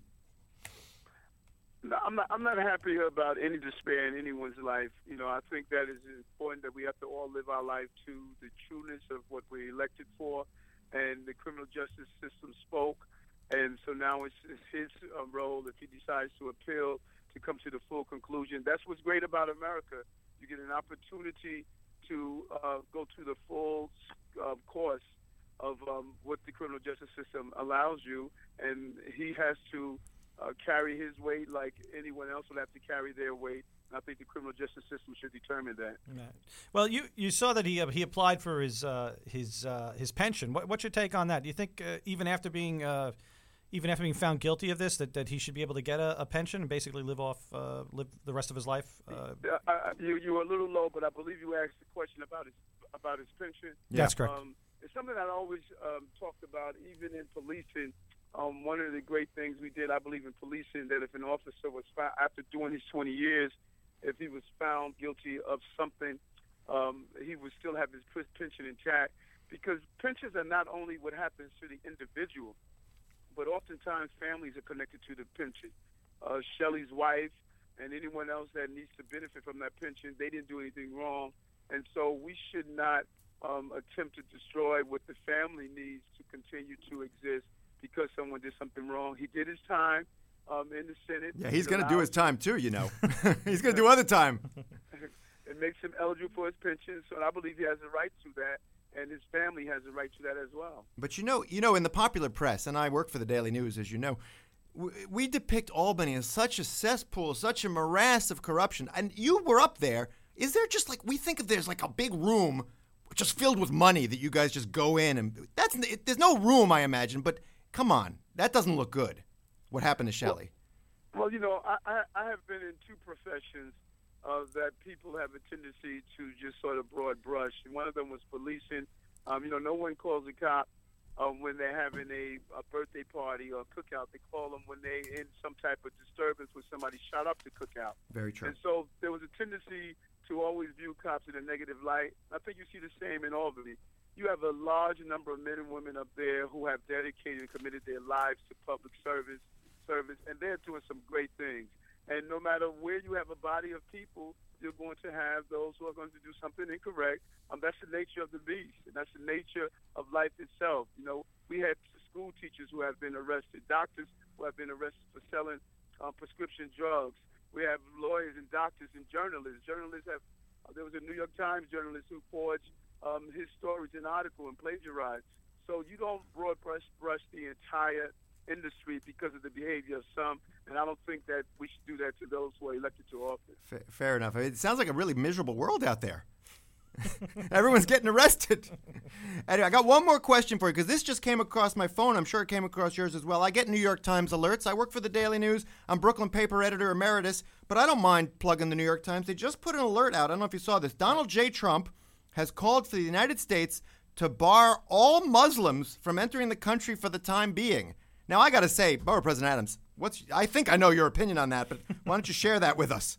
S9: No, I'm not. I'm not happy about any despair in anyone's life. You know, I think that is important that we have to all live our life to the trueness of what we're elected for, and the criminal justice system spoke, and so now it's, it's his um, role if he decides to appeal to come to the full conclusion. That's what's great about America. You get an opportunity to uh, go to the full uh, course of um, what the criminal justice system allows you, and he has to uh, carry his weight like anyone else would have to carry their weight. And I think the criminal justice system should determine that.
S2: Right. Well, you, you saw that he uh, he applied for his uh, his uh, his pension. What, what's your take on that? Do you think uh, even after being uh, even after being found guilty of this, that, that he should be able to get a, a pension and basically live off uh, live the rest of his life? Uh,
S9: Uh, I, I- you you were a little low, but I believe you asked the question about his about his pension.
S2: That's correct.
S9: Um, it's something that I always um, talked about, even in policing. Um, one of the great things we did, I believe, in policing, that if an officer was found after doing his 20 years, if he was found guilty of something, um, he would still have his p- pension intact, because pensions are not only what happens to the individual, but oftentimes families are connected to the pension. Uh, Shelley's wife and anyone else that needs to benefit from that pension, they didn't do anything wrong. And so we should not um, attempt to destroy what the family needs to continue to exist because someone did something wrong. He did his time um, in the Senate.
S1: Yeah, he's
S9: It
S1: going to do his
S9: allows-
S1: time, too, you know. he's going to do other time.
S9: It makes him eligible for his pension, so I believe he has a right to that, and his family has a right to that as well.
S1: But you know, you know, in the popular press, and I work for the Daily News, as you know, we, we depict Albany as such a cesspool, such a morass of corruption. And you were up there. Is there just like we think of there's like a big room just filled with money that you guys just go in and that's it, there's no room I imagine. But come on, that doesn't look good. What happened to Shelley?
S9: Well, you know, I, I, I have been in two professions uh, that people have a tendency to just sort of broad brush. And one of them was policing. Um, you know, no one calls a cop uh, when they're having a, a birthday party or a cookout. They call them when they in some type of disturbance when somebody shot up the cookout.
S1: Very true.
S9: And so there was a tendency to always view cops in a negative light. I think you see the same in Albany. You have a large number of men and women up there who have dedicated and committed their lives to public service, service, and they're doing some great things. And no matter where you have a body of people, you're going to have those who are going to do something incorrect. Um, that's the nature of the beast, and that's the nature of life itself. You know, we had school teachers who have been arrested, doctors who have been arrested for selling um, prescription drugs. We have lawyers and doctors and journalists. Journalists have. Uh, there was a New York Times journalist who forged um, his stories and article and plagiarized. So you don't broad brush brush the entire industry because of the behavior of some, and I don't think that we should do that to those who are elected to office.
S1: Fa- fair enough. I mean, it sounds like a really miserable world out there. Everyone's getting arrested. anyway, I got one more question for you because this just came across my phone. I'm sure it came across yours as well. I get New York Times alerts. I work for the Daily News. I'm Brooklyn paper editor emeritus, but I don't mind plugging the New York Times. They just put an alert out. I don't know if you saw this. Donald J. Trump has called for the United States to bar all Muslims from entering the country for the time being. Now, I got to say, Borough President Adams, what's I think I know your opinion on that, but why don't you share that with us?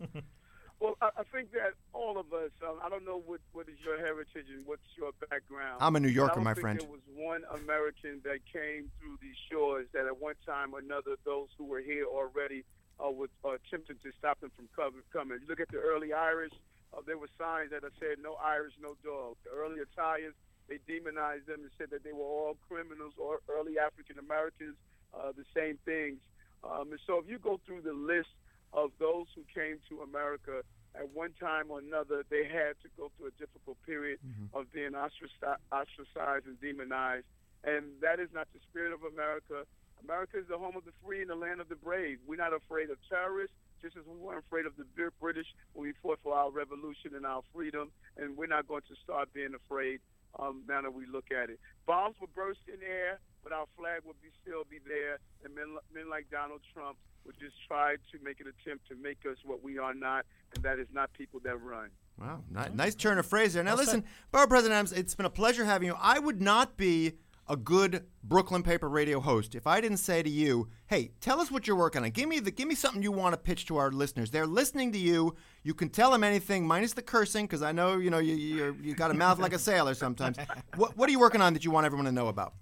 S9: Well, I, I think that all of us. Um, I don't know what what is your heritage and what's your background.
S1: I'm a New
S9: but I
S1: Yorker,
S9: don't
S1: my
S9: think
S1: friend.
S9: There was one American that came through these shores that at one time or another, those who were here already uh, was uh, attempting to stop them from co- coming. You look at the early Irish. Uh, there were signs that said "No Irish, no dog." The early Italians they demonized them and said that they were all criminals or early African Americans. Uh, the same things. Um, and so if you go through the list of those who came to America at one time or another, they had to go through a difficult period of being ostraci- ostracized and demonized. And that is not the spirit of America. America is the home of the free and the land of the brave. We're not afraid of terrorists, just as we weren't afraid of the Bir- British when we fought for our revolution and our freedom. And we're not going to start being afraid um, now that we look at it. Bombs would burst in air, but our flag would be still be there, and men, li- men like Donald Trump would just try to make an attempt to make us what we are not, and that is not people that run.
S1: Wow, ni- nice turn of phrase there. Now, listen, Borough President Adams, it's been a pleasure having you. I would not be a good Brooklyn Paper Radio host if I didn't say to you, "Hey, tell us what you're working on. Give me the, give me something you want to pitch to our listeners. They're listening to you. You can tell them anything, minus the cursing, because I know you know you you you got a mouth like a sailor sometimes. What what are you working on that you want everyone to know about?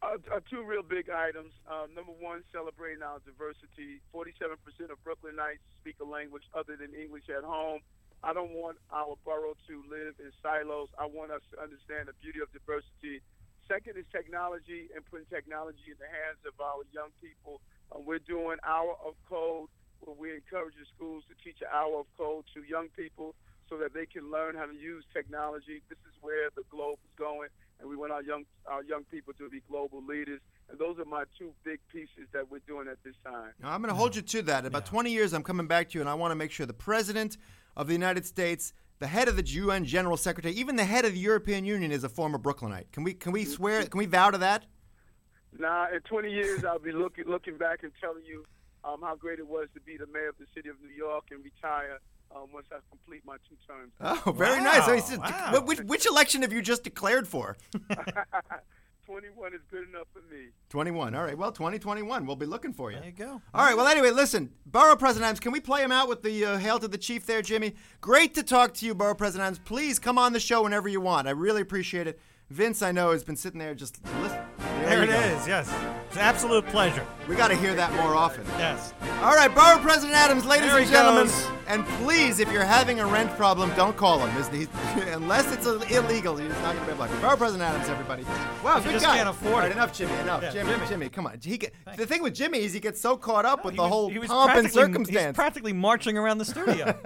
S9: Uh, uh, two real big items. Um, number one, celebrating our diversity. 47% of Brooklynites speak a language other than English at home. I don't want our borough to live in silos. I want us to understand the beauty of diversity. Second is technology and putting technology in the hands of our young people. Uh, we're doing Hour of Code, where we encourage the schools to teach an hour of code to young people so that they can learn how to use technology. This is where the globe is going, and we want our young our young people to be global leaders. And those are my two big pieces that we're doing at this time.
S1: Now, I'm going to hold you to that. In about 20 years, I'm coming back to you, and I want to make sure the President of the United States, the head of the UN General Secretary, even the head of the European Union is a former Brooklynite. Can we can we swear? Can we vow to that?
S9: Now, in 20 years, I'll be looking looking back and telling you um, how great it was to be the mayor of the city of New York and retire um, once I complete my two terms.
S1: Oh, very nice. So he says,
S2: Wow, wow.
S1: "Wh- which, which election have you just declared for?
S9: 21 is good enough for me.
S1: 21. All right. Well, 2021. We'll be looking for you.
S2: There you go.
S1: All right. Well, anyway, listen, Borough President Adams, can we play him out with the uh, hail to the chief there, Jimmy? Great to talk to you, Borough President Adams. Please come on the show whenever you want. I really appreciate it. Vince, I know, has been sitting there just listening.
S2: There,
S1: you
S2: it
S1: go.
S2: is. Yes. It's an absolute pleasure.
S1: We got to hear that more often.
S2: Yes.
S1: All right, Borough President Adams, ladies
S2: There
S1: and
S2: he
S1: gentlemen,
S2: goes.
S1: and please, if you're having a rent problem, don't call him. Is he- Unless it's ill- illegal, he's not going to be lucky. Borough President Adams, everybody. Wow, good
S2: just
S1: guy.
S2: can't afford
S1: All right,
S2: it.
S1: enough, Jimmy. Enough,
S2: Yeah,
S1: Jimmy, Jimmy.
S2: Jimmy.
S1: come on. He get, the thing with Jimmy is he gets so caught up with
S2: He
S1: the
S2: was-
S1: whole
S2: he was
S1: pomp and
S2: practically- He's
S1: circumstance.
S2: practically marching around the studio.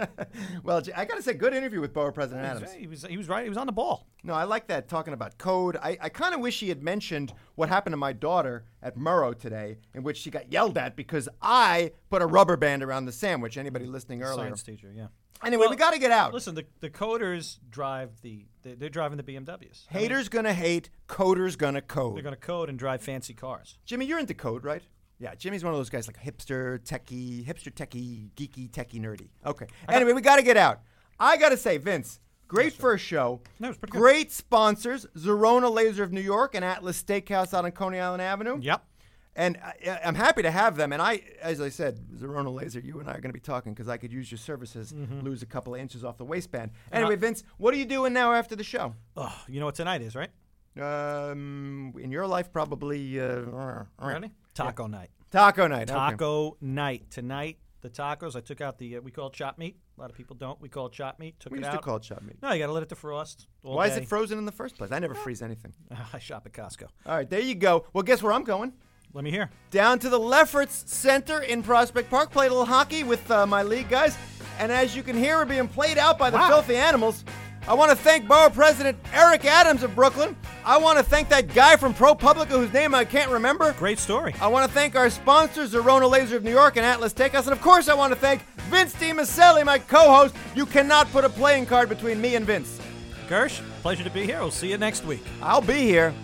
S1: well, J- I got to say, good interview with Borough President Adams.
S2: he was he was right. He was on the ball.
S1: No, I like that talking about code. I, I kind of wish he had mentioned what happened to my daughter at Murrow today, in which she got yelled at because I put a rubber band around the sandwich. Anybody listening earlier?
S2: Science teacher. Yeah.
S1: Anyway, we
S2: Well,
S1: got to get out.
S2: Listen, the, the coders drive the they, they're driving the BMWs. I mean,
S1: Haters gonna hate, coders gonna code.
S2: they're going to code and drive fancy cars.
S1: Jimmy, you're into code, right? Yeah, Jimmy's one of those guys like hipster, techie, hipster, techie, geeky, techie, nerdy. Okay. Anyway, we got to get out. I got to say, Vince, great first show.
S2: No, it was pretty good.
S1: great sponsors: Zorona Laser of New York and Atlas Steakhouse out on Coney Island Avenue.
S2: Yep.
S1: And I, I'm happy to have them. And I, as I said, Zorona Laser, you and I are going to be talking because I could use your services,
S2: Mm-hmm.
S1: lose a couple of inches off the waistband. Anyway, Vince, what are you doing now after the show?
S2: Oh, you know what tonight is, right?
S1: Um, in your life, probably uh,
S2: Ready? Taco night.
S1: taco night. okay.
S2: Taco night tonight. The tacos. I took out the uh, we call it chopped meat. A lot of people don't. We call it chopped meat. Took
S1: We
S2: it
S1: used
S2: out.
S1: to call it chopped meat.
S2: no, you got to let it defrost. all
S1: Why is
S2: day.
S1: it frozen in the first place? I never freeze anything.
S2: I shop at Costco.
S1: All right, there you go. Well, guess where I'm going?
S2: Let me hear.
S1: Down to the Lefferts Center in Prospect Park. Play a little hockey with uh, my league guys. And as you can hear, we're being played out by the filthy animals. I want to thank Borough President Eric Adams of Brooklyn. I want to thank that guy from ProPublica whose name I can't remember.
S2: Great story.
S1: I want to thank our sponsors, Zorona Laser of New York and Atlas Takehouse. And of course, I want to thank Vince DiMaselli, my co host. You cannot put a playing card between me and Vince.
S2: Gersh, pleasure to be here. We'll see you next week.
S1: I'll be here.